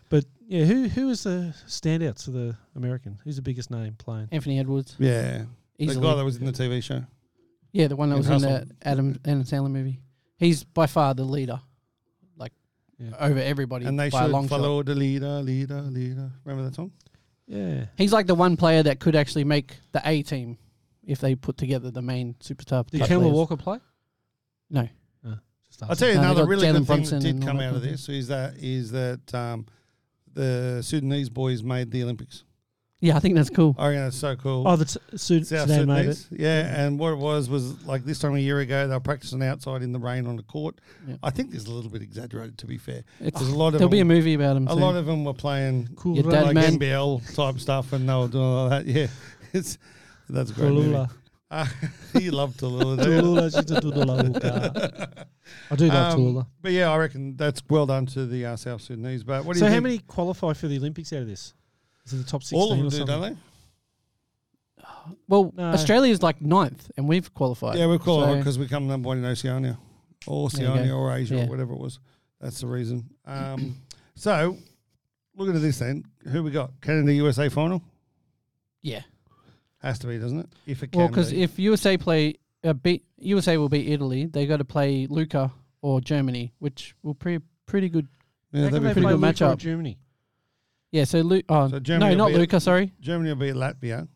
But yeah, who who is the standouts of the American? Who's the biggest name playing?
Anthony Edwards.
Yeah. The guy
Easily.
that was in the TV show.
yeah, the one that
in
was in
Hustle.
the Adam and Sandler movie. He's by far the leader, like
Yeah.
over everybody
And they
by a
should
long shot.
follow the leader, leader, leader. Remember that song?
Yeah.
He's like the one player that could actually make the A team if they put together the main superstar.
Did
type
Kemba
players.
Walker play? Ah,
No.
Just asking.
I'll tell you
No, they
another
got
really
Jalen
good thing
Brunson
that
and
did
all
come
that
out of
kind of
this is that is that um, the Sudanese boys made the Olympics.
Yeah, I think that's cool.
I reckon that's so cool.
Oh, the t- Sud-
South
Sudan made it.
Sudanese. Yeah, and what it was was like this time a year ago they were practicing outside in the rain on the court.
Yeah.
I think there's a little bit exaggerated to be fair.
It's-
There's a lot of
There'll be a
them,
movie about him.
a lot of them were playing
Cool.
Your dad
like
man.
NBL type stuff and they were doing all that. Yeah, it's that's a great. movie.
Tulula.
Uh, you love Tallulah. don't you?
Tulula. She's a Tulula hooker. I do love
Um,
Tulula.
But yeah, I reckon that's well done to the uh, South Sudanese. But what do
So
you
how
think?
many qualify for the Olympics out of this? Is it the top 16
All of them
or
do,
something?
don't they?
Well,
No.
Australia's like ninth, and we've qualified.
Yeah, we call it
So-
because we come number one in Oceania, or
There you
Oceania,
go.
or Asia,
Yeah.
or whatever it was. That's the reason. Um, so, looking at this then, who we got? Canada USA final
Yeah.
has to be, doesn't it? If it can
Well, because
be.
if USA play uh, beat USA will beat Italy, they got to play Luca or Germany, which will pre pretty good.
Yeah,
How
that'd
can
be
they
pretty
play
good
Luca or
matchup.
Germany.
Yeah, so Lu- oh,
So Germany
no,
will
not
beat-
Luca. Sorry.
Germany will beat Latvia.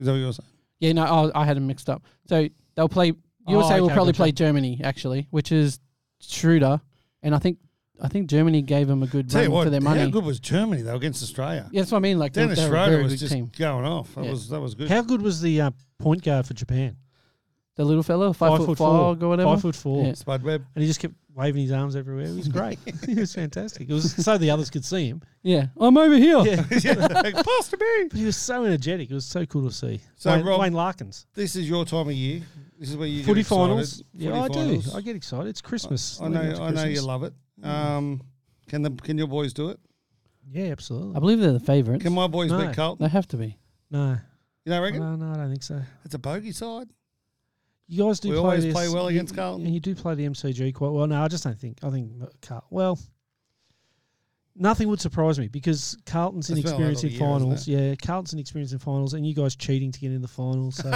Is that what you're saying?
Yeah, no, oh, I had them mixed up. So they'll play
Oh,
USA will
okay,
probably play
gotcha.
Germany actually, which is Schroeder, and I think I think Germany gave them a good
Tell
run
you what,
for their
how
money.
good was Germany though against Australia?
Yeah, that's what I mean. Like they're,
Dennis
they're a
Schroeder
very
was
good
just
team.
going off. That
Yeah.
was that was good.
How good was the uh, point guard for Japan?
The little fella, five, foot, five or whatever.
Five foot four.
Yeah.
Spud Webb.
And he just kept waving his arms everywhere. He was great. he was fantastic. It was so the others could see him.
Yeah, I'm over here.
Yeah.
Yeah, pass to me.
But he was so energetic. It was so cool to see.
So,
Wayne,
Rob-
Wayne Larkins.
This is your time of year. This is where you
Footy
get excited.
finals. Yeah,
Footy
I
finals.
do. I get excited. It's Christmas.
I
Leading
know.
up to
I know you
Christmas.
love it.
Mm.
Um, can the can your boys do it?
Yeah,
I
absolutely.
believe they're the favourites.
Can my boys
No.
beat Carlton?
They have to be.
No.
You don't reckon?
No, no, I don't think so.
It's a bogey side.
You guys do
We
play
always
this-
play well
you-
against Carlton.
And you do play the MCG quite well. No, I just don't think. I think Carl. Well, nothing would surprise me because Carlton's
It's been a lot
inexperienced
of
in
year, isn't
finals. Yeah, Carlton's inexperienced in finals, and you guys cheating to get in the finals. So,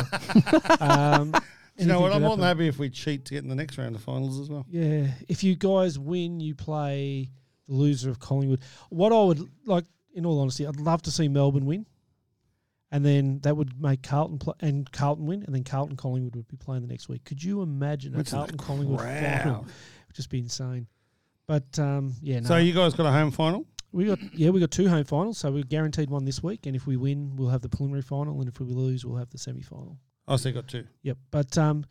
um,
You know
anything
what?
could
I'm more
happen.
than happy if we cheat to get in the next round of finals as well.
Yeah, if you guys win, you play the loser of Collingwood. What I would like, in all honesty, I'd love to see Melbourne win, and then that would make Carlton play, and Carlton win, and then Carlton Collingwood would be playing the next week. Could you imagine
Imagine
a
the
Carlton Collingwood final?
crowd.
It would just be insane. But um, yeah, no,
So you guys got a home final.
we got yeah we got two home finals, so we're guaranteed one this week, and if we win, we'll have the preliminary final, and if we lose, we'll have the semi final.
I so you got two.
Yep, but um,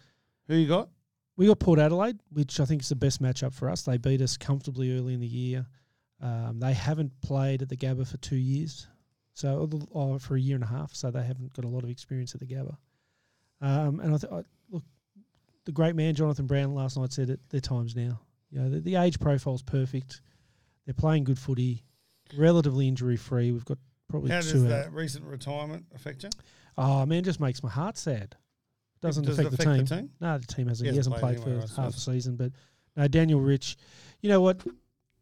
Who you got?
we got Port Adelaide, which I think is the best matchup for us. They beat us comfortably early in the year. Um, they haven't played at the Gabba for two years, so or the- or for a year and a half. So they haven't got a lot of experience at the Gabba. Um, and I, th- I look, the great man Jonathan Brown last night said it. Their times now. You know, the, the age profile's perfect. They're playing good footy, relatively injury free. We've got probably
How
two
does
out.
that recent retirement affect you?
Oh man, just makes my heart sad. Doesn't
Does it
affect, the,
affect
team.
the team?
No, the team hasn't. He
He
hasn't,
hasn't played
played,
anywhere, I
for half a
suppose.
season. But no, Daniel Rich. You know what?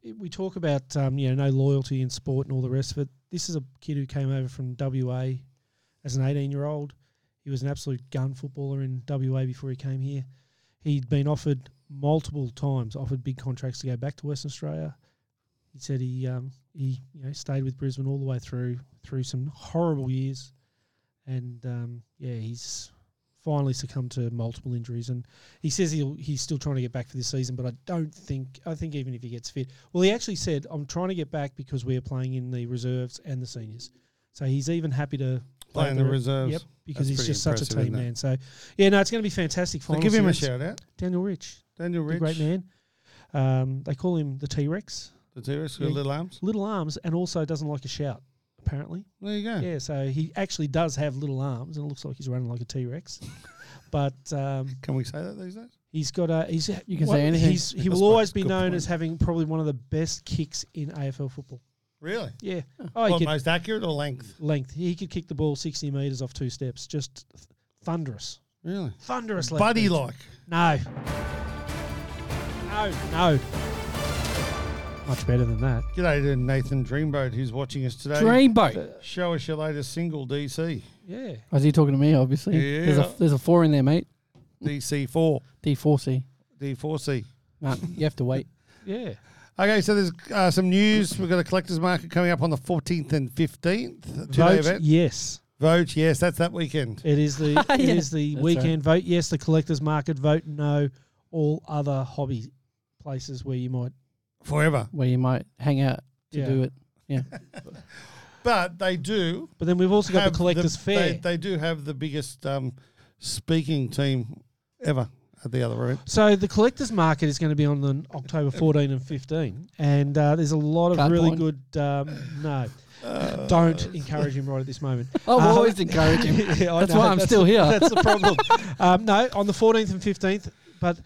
it- we talk about um, you know no loyalty in sport and all the rest of it. This is a kid who came over from WA as an 18 year old. He was an absolute gun footballer in WA before he came here. He'd been offered multiple times, offered big contracts to go back to Western Australia. He said he um, he you know stayed with Brisbane all the way through through some horrible years, and um, yeah, he's finally succumbed to multiple injuries and he says he'll, he's still trying to get back for this season, but I don't think I think even if he gets fit, well, he actually said I'm trying to get back because we are playing in the reserves and the seniors, so he's even happy to
Playing the
re-
reserves.
Yep, because
That's
he's
pretty
just such a
impressive,
team
isn't it?
man. So yeah, no, it's going to be fantastic.
So
Final
give him a
series.
shout out.
Daniel Rich,
Daniel
the
Rich.
great man. Um, they call him the T Rex,
The terrorist with
Yeah.
little arms.
little arms, and also doesn't like a shout apparently.
There you go.
Yeah, so he actually does have little arms, and it looks like he's running like a T Rex. But um,
Can we say that these days?
He's got a. He's
You can
what-
say anything.
He's, he
That's
will always
my-
be
good
known
point.
as having probably one of the best kicks in AFL football.
Really?
Yeah. Oh, he
What,
could,
most accurate or length?
length. He could kick the ball sixty meters off two steps. Just th- thunderous,
Really?
thunderous. left
Buddy
boot.
like.
No. No. No. Much better than that.
G'day to Nathan Dreamboat who's watching us today.
Dreamboat.
Show us your latest single, DC.
Yeah.
Was he talking to me? Obviously. There's
Yeah.
a there's a four in there, mate.
DC4,
D4C.
D4C.
Nah, you have to wait.
Yeah.
Okay, so there's uh, some news. We've got a collector's market coming up on the 14th and 15th. Two-day
Vote
event.
yes.
Vote, yes, that's that weekend.
It is the it
Yeah.
is the
That's
weekend vote. Yes, the collectors market vote. No, all other hobby places where you might
Forever.
Where you might hang out to
Yeah.
do it.
But they do.
But then we've also got
have
the collectors fair.
They, they do have the biggest um, speaking team ever at the other event.
so the collectors market is going to be on the October 14 and 15, and uh, there's a lot of
Can't
really
point.
good. Um, no,
Uh,
don't encourage him right at this moment.
Oh,
Uh,
always encourage him.
Yeah, I
That's
know,
why I'm still here.
That's the problem. um, no, on the 14th and 15th, but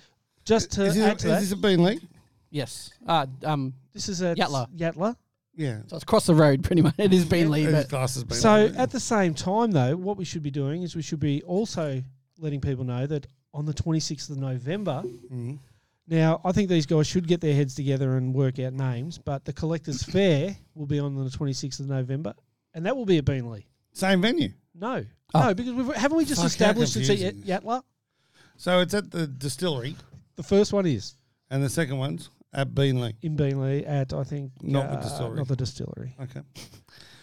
just to
Is
add
this,
to
a,
that,
is
this,
this a Bean League?
Yes. Uh, um.
is a
Yatla.
Yatla.
Yeah.
So it's across the road, pretty much. It has been Lee,
His
but
glass has been
So
on.
at the same time, though, what we should be doing is we should be also letting people know that on the 26th of November.
Mhm.
Now, I think these guys should get their heads together and work out names, but the Collectors Fair will be on the 26th of November, and that will be at Beanley.
same venue.
No,
Oh.
no, because we've, haven't we just
Ah. Fuck, how
established it's at
confusing.
Yat- Yatla?
So it's at the distillery,
The first one is
and the second one's at Beanley.
in Beanley at I think
Not the
uh,
distillery.
not the distillery.
Okay,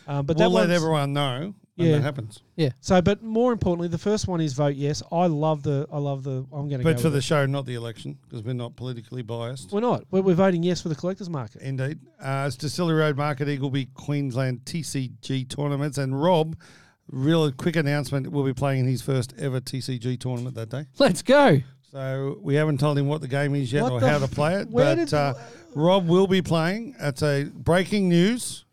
Um,
but we'll
but that
let
one's-
everyone know when
Yeah.
that happens.
So, but more importantly, the first one is vote yes. I love the I love the I'm going to go
But for
with
the
it.
show, not the election, because we're not politically biased.
we're not we're, we're voting yes for the collectors market.
Indeed, uh, it's Distillery Road Market, Eagleby, Queensland TCG tournaments, and Rob, real quick announcement: will be playing in his first ever TCG tournament that day.
let's go.
So we haven't told him what the game is yet
What
or
the
how to
f-
play it.
where
but
did-
uh, Rob will be playing. It's a breaking news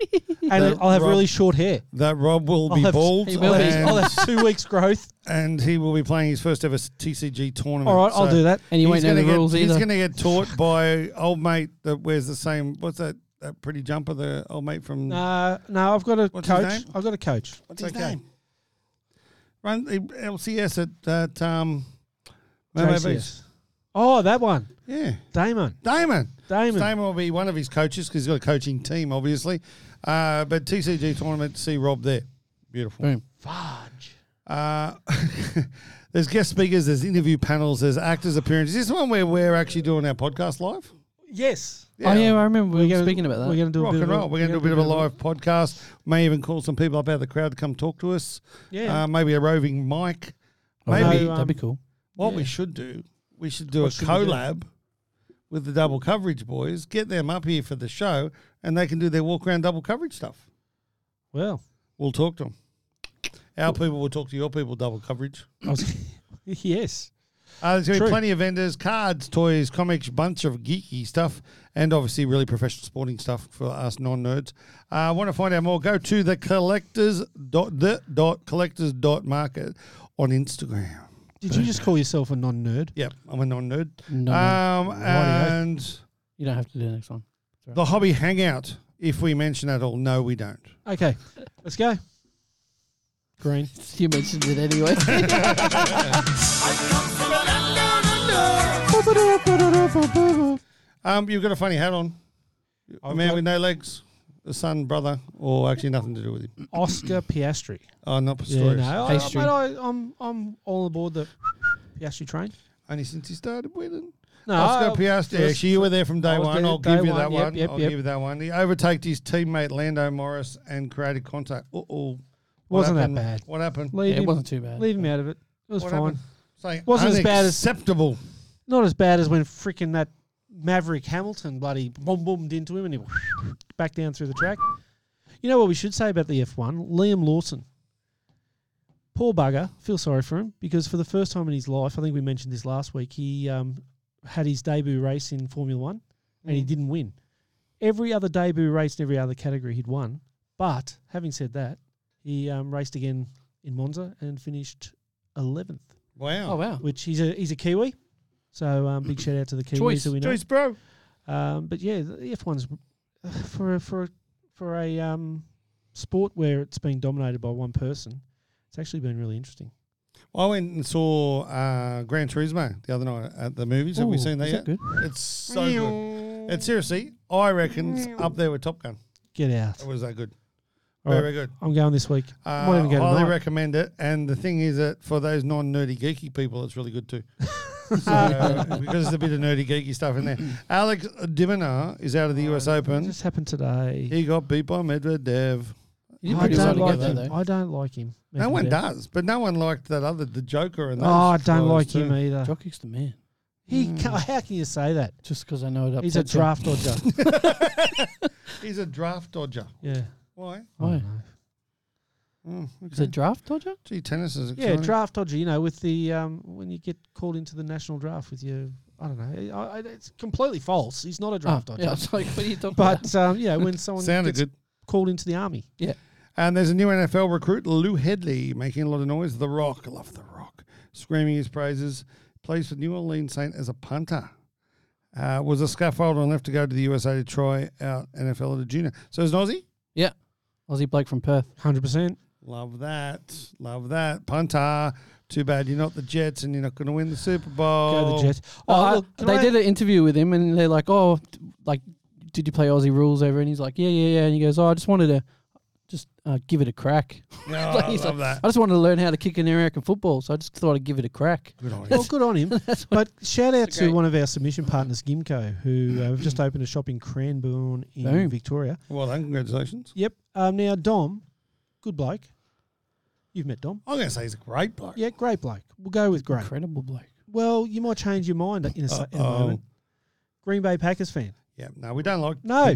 And I'll have
Rob-
really short hair.
that Rob will
I'll
be
have-
bald.
he will be.
and-
I'll have two weeks growth.
and he will be playing his first ever TCG tournament.
All right, I'll do that.
And you won't know the
get,
rules
he's
either.
going to get taught by old mate that wears the same. What's that? That pretty jumper, the old mate from.
Uh, no, I've got a
What's his
coach.
name?
I've got a coach.
what's his name? Run the LCS at that. Um, Mermaid
JCS.
Beach.
Oh, that one,
Yeah,
Damon.
Damon.
Damon.
Damon will be one of his coaches because he's got a coaching team, obviously. Uh, but TCG tournament, see Rob there. Beautiful.
Boom.
Fudge.
Uh, there's guest speakers, there's interview panels, there's actors' appearances. Is this one where we're actually doing our podcast live?
Yes.
Oh yeah, I remember we were
gonna-
speaking about that.
We're going to do
Rock
a bit
and
of a-
roll. We're going to do a bit of a live podcast. May even call some people up out of the crowd to come talk to us.
Yeah.
Uh, maybe a roving mic.
Oh,
Maybe
that'd be-
um,
that'd be cool.
what we
yeah.
should do, we should do
What
a
should we do?
collab with the double coverage boys. Get them up here for the show, and they can do their walk around double coverage stuff.
well,
We'll talk to them. Our people will talk to your people. Double coverage.
I was- yes.
Uh, there's going to be
True.
plenty of vendors, cards, toys, comics, bunch of geeky stuff, and obviously really professional sporting stuff for us non nerds. Uh, Want to find out more? Go to the collectors dot the dot collectors dot market on Instagram.
Did you just call yourself a non-nerd?
Yep, I'm a non nerd.
No,
Uh,
no,
Um, and
you don't have to do the next one.
the hobby hangout. If we mention at all, no, we don't.
Okay, let's go. Green.
You mentioned it anyway.
Um, you've got a funny hat on. A
I've
man
got-
with no legs, a son, brother, or actually nothing to do with him.
Oscar Piastri.
Oh, not
Yeah,
Pistorius.
no, I, I,
Pastry.
mate, I, I'm I'm all aboard the Piastri train.
Only since he started winning.
No,
Oscar
uh,
Piastri.
first-
Actually, you were there from day
I was
one.
there
I'll
day
give you
one,
that
yep,
one.
yep,
I'll
yep.
give you that one. He overtaked his teammate Lando Morris and created contact. Uh oh.
Wasn't that bad.
What happened?
Leave
Yeah, it
him,
wasn't too bad.
leave him out of it. It was
What
fine.
happened? Say,
Wasn't as bad as-
unacceptable.
Not as bad as when freaking that Maverick Hamilton bloody boom boomed into him and he back down through the track. You know what we should say about the F1? Liam Lawson. Poor bugger. Feel sorry for him because for the first time in his life, I think we mentioned this last week, he um, had his debut race in Formula One and he didn't win. Every other debut race in every other category he'd won. But having said that, he um, raced again in Monza and finished 11th
Wow.
Oh wow.
which he's a he's a Kiwi. So um, big shout out to the Kiwis
Choice,
that we know.
Jeez, bro.
Um, but yeah, the F one's for a, for a, for a um, sport where it's being dominated by one person. It's actually been really interesting.
I went and saw uh, Gran Turismo the other night at the movies. Have we
Ooh,
seen that
is
yet?
That good?
It's so good. It's seriously, I reckon, it's up there with Top Gun.
Get out!
It was that good.
All
Very,
right,
good.
I'm going this week.
Uh,
Might even go
highly
tonight.
recommend it. And the thing is that for those non nerdy geeky people, it's really good too. so, uh, because there's a bit of nerdy geeky stuff in there. Alex Diminar is out of the US
It
Open.
just happened today.
He got beat by Medvedev.
You did
I
pretty
don't
well to
like
get that
him.
though.
I don't like him.
No one
Medvedev.
does, but no one liked that other the Joker and
Oh, I
those guys
don't like him
too.
either.
Jockey's the man.
He
Hmm.
ca how can you say that?
Just because I know it up.
He's a draft dodger.
He's a draft dodger.
yeah.
Why?
I don't
Why?
know.
Oh,
Is it
okay.
draft dodger?
Gee, tennis is
Yeah,
exciting.
draft dodger. You know, with the um, when you get called into the national draft with your, I don't know, I, I, it's completely false. He's not a draft
oh,
dodger.
yeah. I was like, what are you talking about?
But um, you know, when someone
Sounded
gets
good.
called into the army,
And there's a new NFL recruit, Lou Headley, making a lot of noise. The Rock, I love The Rock, screaming his praises. Plays for New Orleans Saint as a punter. Uh, was a scaffolder and left to go to the USA to try out NFL at a junior. So is an Aussie.
Yeah. Aussie bloke from Perth.
hundred percent.
Love that. Love that. Punter. Too bad you're not the Jets and you're not going to win the Super Bowl.
Go the Jets.
Oh,
Oh,
I-
look, can
they
I-
did an interview with him, and they're like, "Oh, d- like, did you play Aussie rules ever?" And he's like, "Yeah, yeah, yeah." And he goes, "Oh, I just wanted to just uh, give it a crack.
No,
Like,
I
he's
love that.
I just wanted to learn how to kick in American football, so I just thought I'd give it a crack."
Good on
Well,
you.
good on him. but shout out
great.
to one of our submission partners, Gimco, who uh, have just opened a shop in Cranbourne in
Boom.
Victoria.
Well done. Congratulations.
Yep. Um, now Dom, good bloke. You've met Dom.
I'm going to say he's a great bloke.
Yeah, great bloke. We'll go with great.
Incredible bloke.
Well, you might change your mind in a, se- in a
Uh-oh.
moment. Green Bay Packers fan.
Yeah. No, we don't like.
No.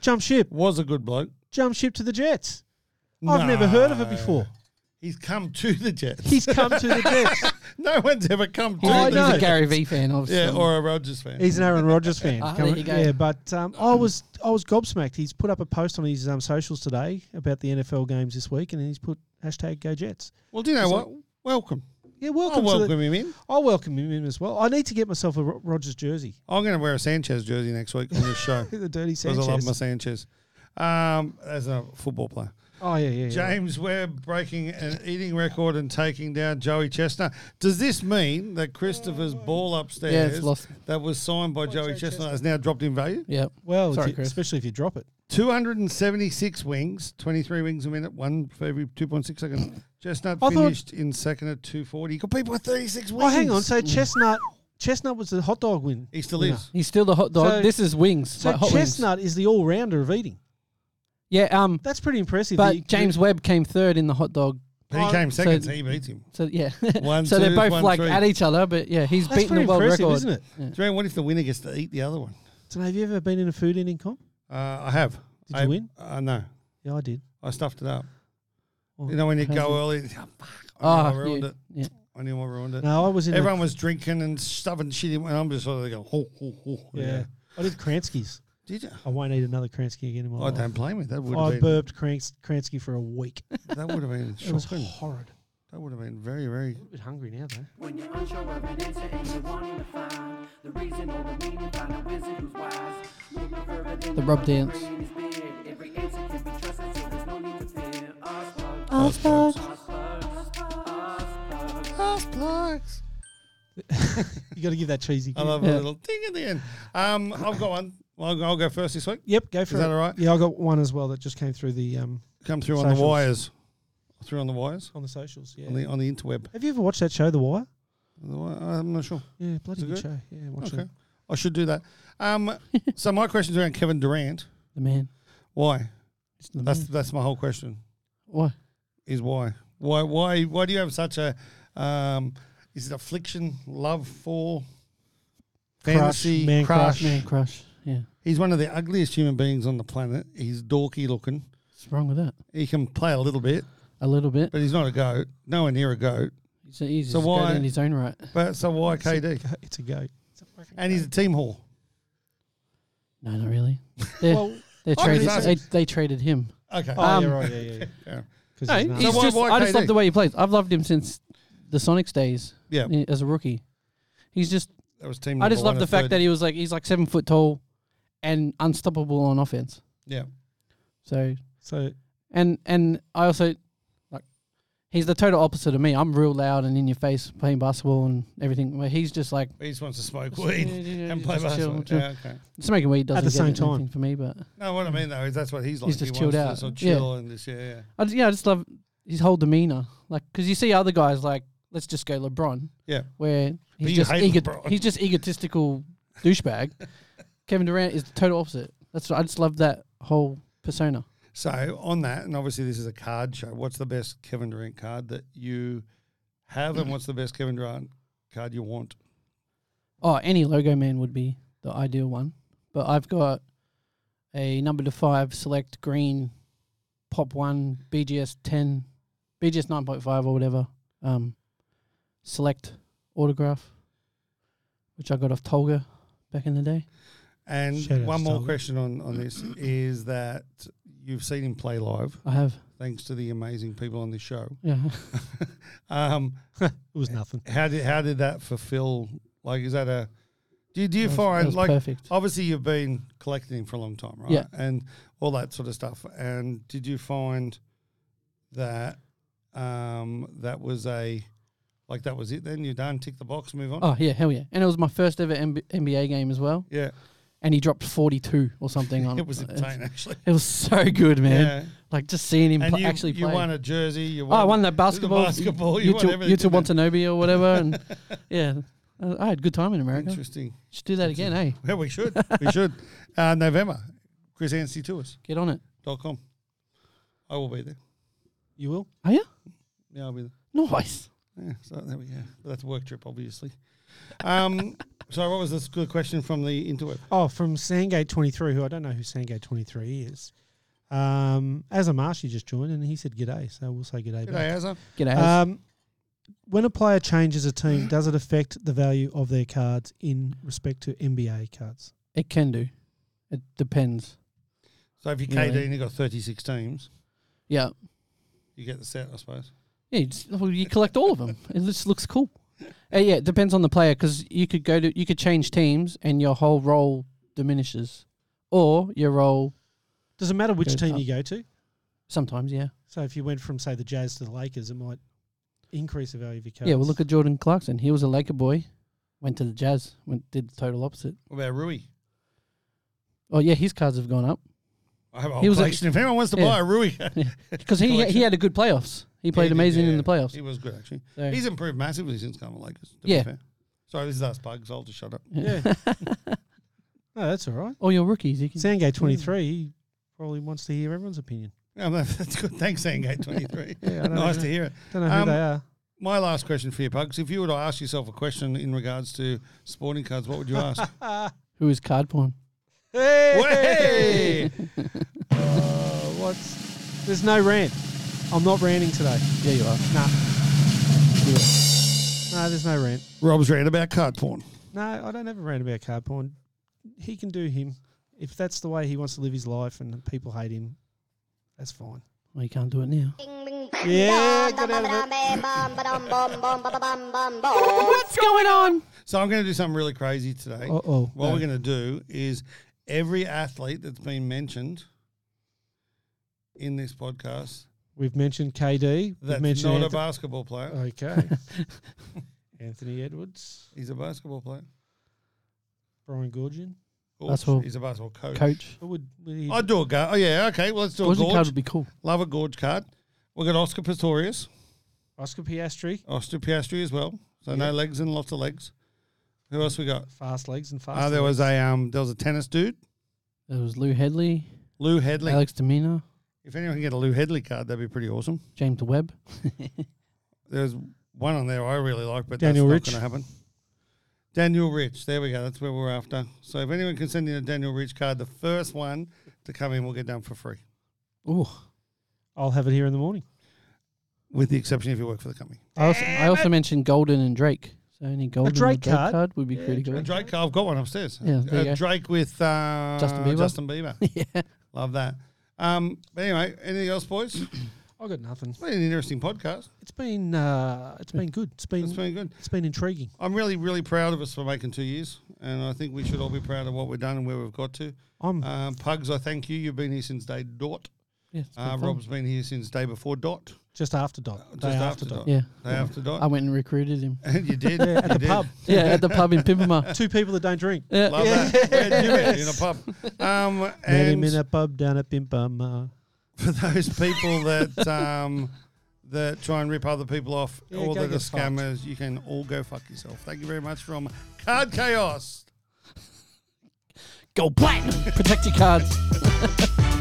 Jump ship.
Was a good bloke.
Jump ship to the Jets. I've never heard of it
No.
before.
He's come to the Jets.
He's come to the Jets.
no one's ever come to
He's,
Oh,
the
a, he's a
Jets.
Gary V fan, obviously.
Yeah, or a Rogers fan.
He's an Aaron Rodgers fan.
Ah,
Come
there
on.
you go.
Yeah, but um, I was I was gobsmacked. He's put up a post on his um, socials today about the NFL games this week, and he's put hashtag Go Jets.
well, do you know what? welcome.
Yeah, welcome.
I'll
To
welcome
the,
him in.
I'll welcome him in as well. I need to get myself a Ro- Rodgers jersey.
I'm going to wear a Sanchez jersey next week on this show
The dirty
because I
Sanchez.
love my Sanchez. Um, as a football player,
oh yeah, yeah. yeah.
James Webb breaking an eating record and taking down Joey Chestnut. Does this mean that Christopher's ball
Yeah,
upstairs
it's lost.
that was signed by Joey Chestnut has now dropped in value?
Yeah.
Well,
Sorry,
if you-
Chris.
especially if you drop it.
276 wings, 23 wings a minute, one for every 2.6 seconds. Chestnut
I thought-
finished in second at 240. He got people with 36 wings.
Oh, hang on. So Chestnut, Chestnut was the hot dog win.
he still is.
He's still the hot dog.
So-
this is wings.
So
like hot wings.
Chestnut is the all rounder of eating.
Yeah. Um.
That's pretty impressive. that you-
But James Webb came third in the hot dog.
He
Oh,
came
so-
second, so he beat him.
So yeah.
One,
so they they're
two,
both
one,
like
three.
at each other, but yeah, he's
that's
beaten the
pretty
world
impressive,
record.
isn't it?
Do you know what if the winner gets to eat the other one?
So have you ever been in a food eating comp?
Uh, I have.
Did
I,
you win?
Uh, no,
Yeah, I did.
I stuffed it up.
Oh, Ah,
you know when you
how's
go early, oh, fuck, I
Oh,
knew I ruined
yeah,
it.
yeah.
I knew I ruined it.
No, I was in. the-
Everyone was drinking and stuffing shit in, and I'm just sort of going, ho, ho, ho.
yeah. I did Kransky's.
Did you?
I won't eat another Kransky again in my
I
life.
don't blame you. That would
Oh. I
have been.
burped Krans- Kransky for a week.
That would have been
It was
shocking.
horrid.
That would have been very, very.
I'm a bit hungry now though.
When you're unsure of an answer and you're wanting to find the reason or the meaning, find a wizard who's wise. Look no further than
The rub
brain
dance.
is big. Every answer can be trusted, so there's no need to fear. Oxford, Oxford.
Last plugs.
You got to give that cheesy.
I
gig.
love
Yeah.
a little ding at the end. Um, I've got one. Well, I'll- I'll go first this week.
Yep, go
Is
for it.
that all right?
Yeah, I got one as well that just came through the um
Come through on the
Socials.
wires. Through on the wires.
on the socials. Yeah.
On the on the interweb.
Have you ever watched that show, The Wire?
On the wi- I'm not sure.
Yeah,
Is
bloody
it
good, show. Yeah, watch
Okay.
it.
I should do that. Um, so my question's around Kevin Durant.
The man.
Why?
It's the
That's
man.
that's my whole question.
Why?
Is why? Why why why do you have such a um, is it affliction, love for fantasy,
man
crush?
Man crush. Yeah.
He's one of the ugliest human beings on the planet. He's dorky looking.
What's wrong with that?
He can play a little bit,
A little bit.
but he's not a goat. Nowhere near a goat.
He's, he's
So
so
why-
in his own right.
But so why KD?
It's a, it's a goat.
And he's a team whore.
No, not really. They're,
well,
they're
I was
traded.
just
They, they traded him.
Okay.
oh,
Um,
yeah, right, yeah, yeah.
Yeah.
Because
No,
he's,
he's
So why-
just,
why
I just
KD?
love the way he plays. I've loved him since the Sonics days
yeah,
eh, as a rookie. He's just.
that was team.
I just love the fact that he was like he's like seven foot tall, and unstoppable on offense.
Yeah.
So
so
and and I also like he's the total opposite of me. I'm real loud and in your face playing basketball and everything. Where he's just like
he just wants to smoke
Just-
weed
yeah, yeah,
and
yeah,
play
just chill,
basketball.
chill.
Yeah, okay.
smoking weed doesn't
the
get
same
it
time.
anything for me. But
No, what I mean though is that's what he's like.
just
he
chilled
wants
out.
To sort of
Yeah.
chill and this. Yeah, yeah,
I just, yeah, I just love his whole demeanor. Like because you see other guys like let's just go LeBron.
Yeah.
Where
But
he's
you
just
hate
ego-
LeBron.
he's just egotistical douchebag. Kevin Durant is the total opposite. That's I just love that whole persona.
So on that, and obviously this is a card show. What's the best Kevin Durant card that you have, and what's the best Kevin Durant card you want?
Oh, any logo man would be the ideal one. But I've got a number to five select green pop one BGS ten BGS nine point five or whatever. Um select autograph. Which I got off Tolga back in the day.
And
Shout out to
one more
Tolga.
question on on this is that you've seen him play live,
I have.
thanks to the amazing people on this show.
Yeah.
Um,
it was nothing.
how did how did that fulfill? Like, is that a do you, do you
That was- that
find
was
like um,
perfect.
obviously you've been collecting for a long time, right?
Yeah.
and all that sort of stuff. And did you find that um, that was a like that was it? Then you're done. Tick the box, move on.
Oh yeah, hell yeah. And it was my first ever MB- NBA game as well.
yeah,
And he dropped forty two or something on
it was
It's-
insane actually.
It was so good, man.
Yeah,
Like just seeing him
and
pl-
you,
actually
you
play.
won a jersey. You
Oh,
won.
I won that basketball.
basketball, you
You,
won
to,
everything,
you to
didn't
Watanabe or whatever, and yeah, I, I had a good time in America.
Interesting.
Should do that again, eh?
Yeah, we should. we should. Uh, November, Chris Anstey to us.
Get on it.
dot com. I will be there.
You will?
Are you
Yeah, I'll be there.
nice?
Yeah, so there we go. But that's a work trip, obviously. Um, so what was this good question from the interweb?
Oh, from Sandgate 23, who I don't know who Sandgate 23 is. Um, as a Marshy just joined, and he said g'day, so we'll say g'day. back.
G'day, Azza.
Get out.
Um, when a player changes a team, does it affect the value of their cards in respect to NBA cards?
it can do. It depends.
So if you're
Really?
KD and you've got 36 teams,
Yeah.
you get the set, I suppose.
Yeah, you, just, well, you collect all of them. It just looks cool. Uh, yeah, it depends on the player because you could go to you could change teams and your whole role diminishes, or your role
Does it matter which
Goes
team
up.
you go to?
sometimes. Yeah,
So if you went from say the Jazz to the Lakers, it might increase the value of your cards.
yeah. Well, look at Jordan Clarkson. He was a Laker boy, went to the Jazz, went did the total opposite.
What about Rui?
Oh yeah, his cards have gone up.
I have a
He
whole
was a-
collection. if anyone wants to
yeah.
buy a Rui, he
Because he
collection.
he had a good playoffs. He played
did,
amazing
yeah.
in the playoffs.
He was good, actually.
So-
He's improved massively since coming to Lakers, to be
Yeah.
fair. Sorry, this is us bugs. I'll just shut up.
yeah. no, that's all right.
All oh, your rookies, you can.
Sandgate 23 he probably wants to hear everyone's opinion.
Yeah, that's good. Thanks, Sangate 23.
Yeah, I don't
nice
know.
to hear it.
Don't know who
Um,
they are.
My last question for you, Pugs. If you were to ask yourself a question in regards to sporting cards, what would you ask?
Who is card porn?
Hey!
Uh, what's there's no rant. I'm not ranting today.
Yeah, you are.
Nah. No, there's no rant.
Rob's rant about card porn.
No, I don't ever rant about card porn. He can do him. If that's the way he wants to live his life and people hate him, that's fine.
Well, you Oh, can't do it now.
Yeah, got out of it.
What's going on?
So I'm going to do something really crazy today.
Uh-oh.
What
No.
we're going to do is every athlete that's been mentioned in this podcast
We've mentioned KD.
that's
We've mentioned
not a
Anth-
basketball player,
Okay. Anthony Edwards,
he's a basketball player.
Brian Gorgian.
Basketball
He's a basketball coach.
coach.
But would, would he-
I'd do a go. Oh, yeah. Okay. Well, let's do a
Gorgeous card
gorge.
would be cool.
Love a gorge card. We've got Oscar Pistorius,
Oscar Piastri,
Oscar Piastri as well. So no legs and lots of legs. Who else we got?
fast legs and fast.
Uh, there was a um, there was a tennis dude,
There was Lou Headley,
Lou Headley.
Alex Demina,
If anyone can get a Lou Headley card, that'd be pretty awesome.
James Webb.
There's one on there I really like, but
Daniel
that's
Rich.
not going to happen. Daniel Rich. There we go. That's where we're after. So if anyone can send in a Daniel Rich card, the first one to come in will get done for free,
Ooh.
I'll have it here in the morning.
with the exception if you work for the company.
I also, I also mentioned Golden and Drake. So any Golden
Drake
or Drake
card?
card? would be pretty
And
good.
Drake, I've got one upstairs.
Yeah, there you
uh,
go.
Drake with uh,
Justin Bieber.
Justin Bieber.
yeah.
Love that. Um, but anyway, anything else, boys?
I got nothing.
It's been an interesting podcast.
It's been uh, it's been good. It's been
It's been good.
it's been intriguing.
I'm really, really proud of us for making two years, and I think we should all be proud of what we've done and where we've got to.
I'm
Um, Pugs, I thank you. You've been here since day dot.
Yeah, it's been
Uh,
fun.
Rob's been here since day before dot.
just after dot.
Just
Day after, dot.
yeah.
Day after
I
dot.
went and recruited him.
And you did.
Yeah,
you
at the
did.
pub.
yeah, at the pub in Pimpama.
Two people that don't drink.
Yeah.
Love that. Where'd you meet? In a pub. Um,
Met him
and
in a pub down at Bimbama.
for those people that um, that try and rip other people off
Yeah,
or
go
that are
get fucked.
scammers, you can all go fuck yourself. Thank you very much from Card Chaos.
Go platinum. Protect your cards.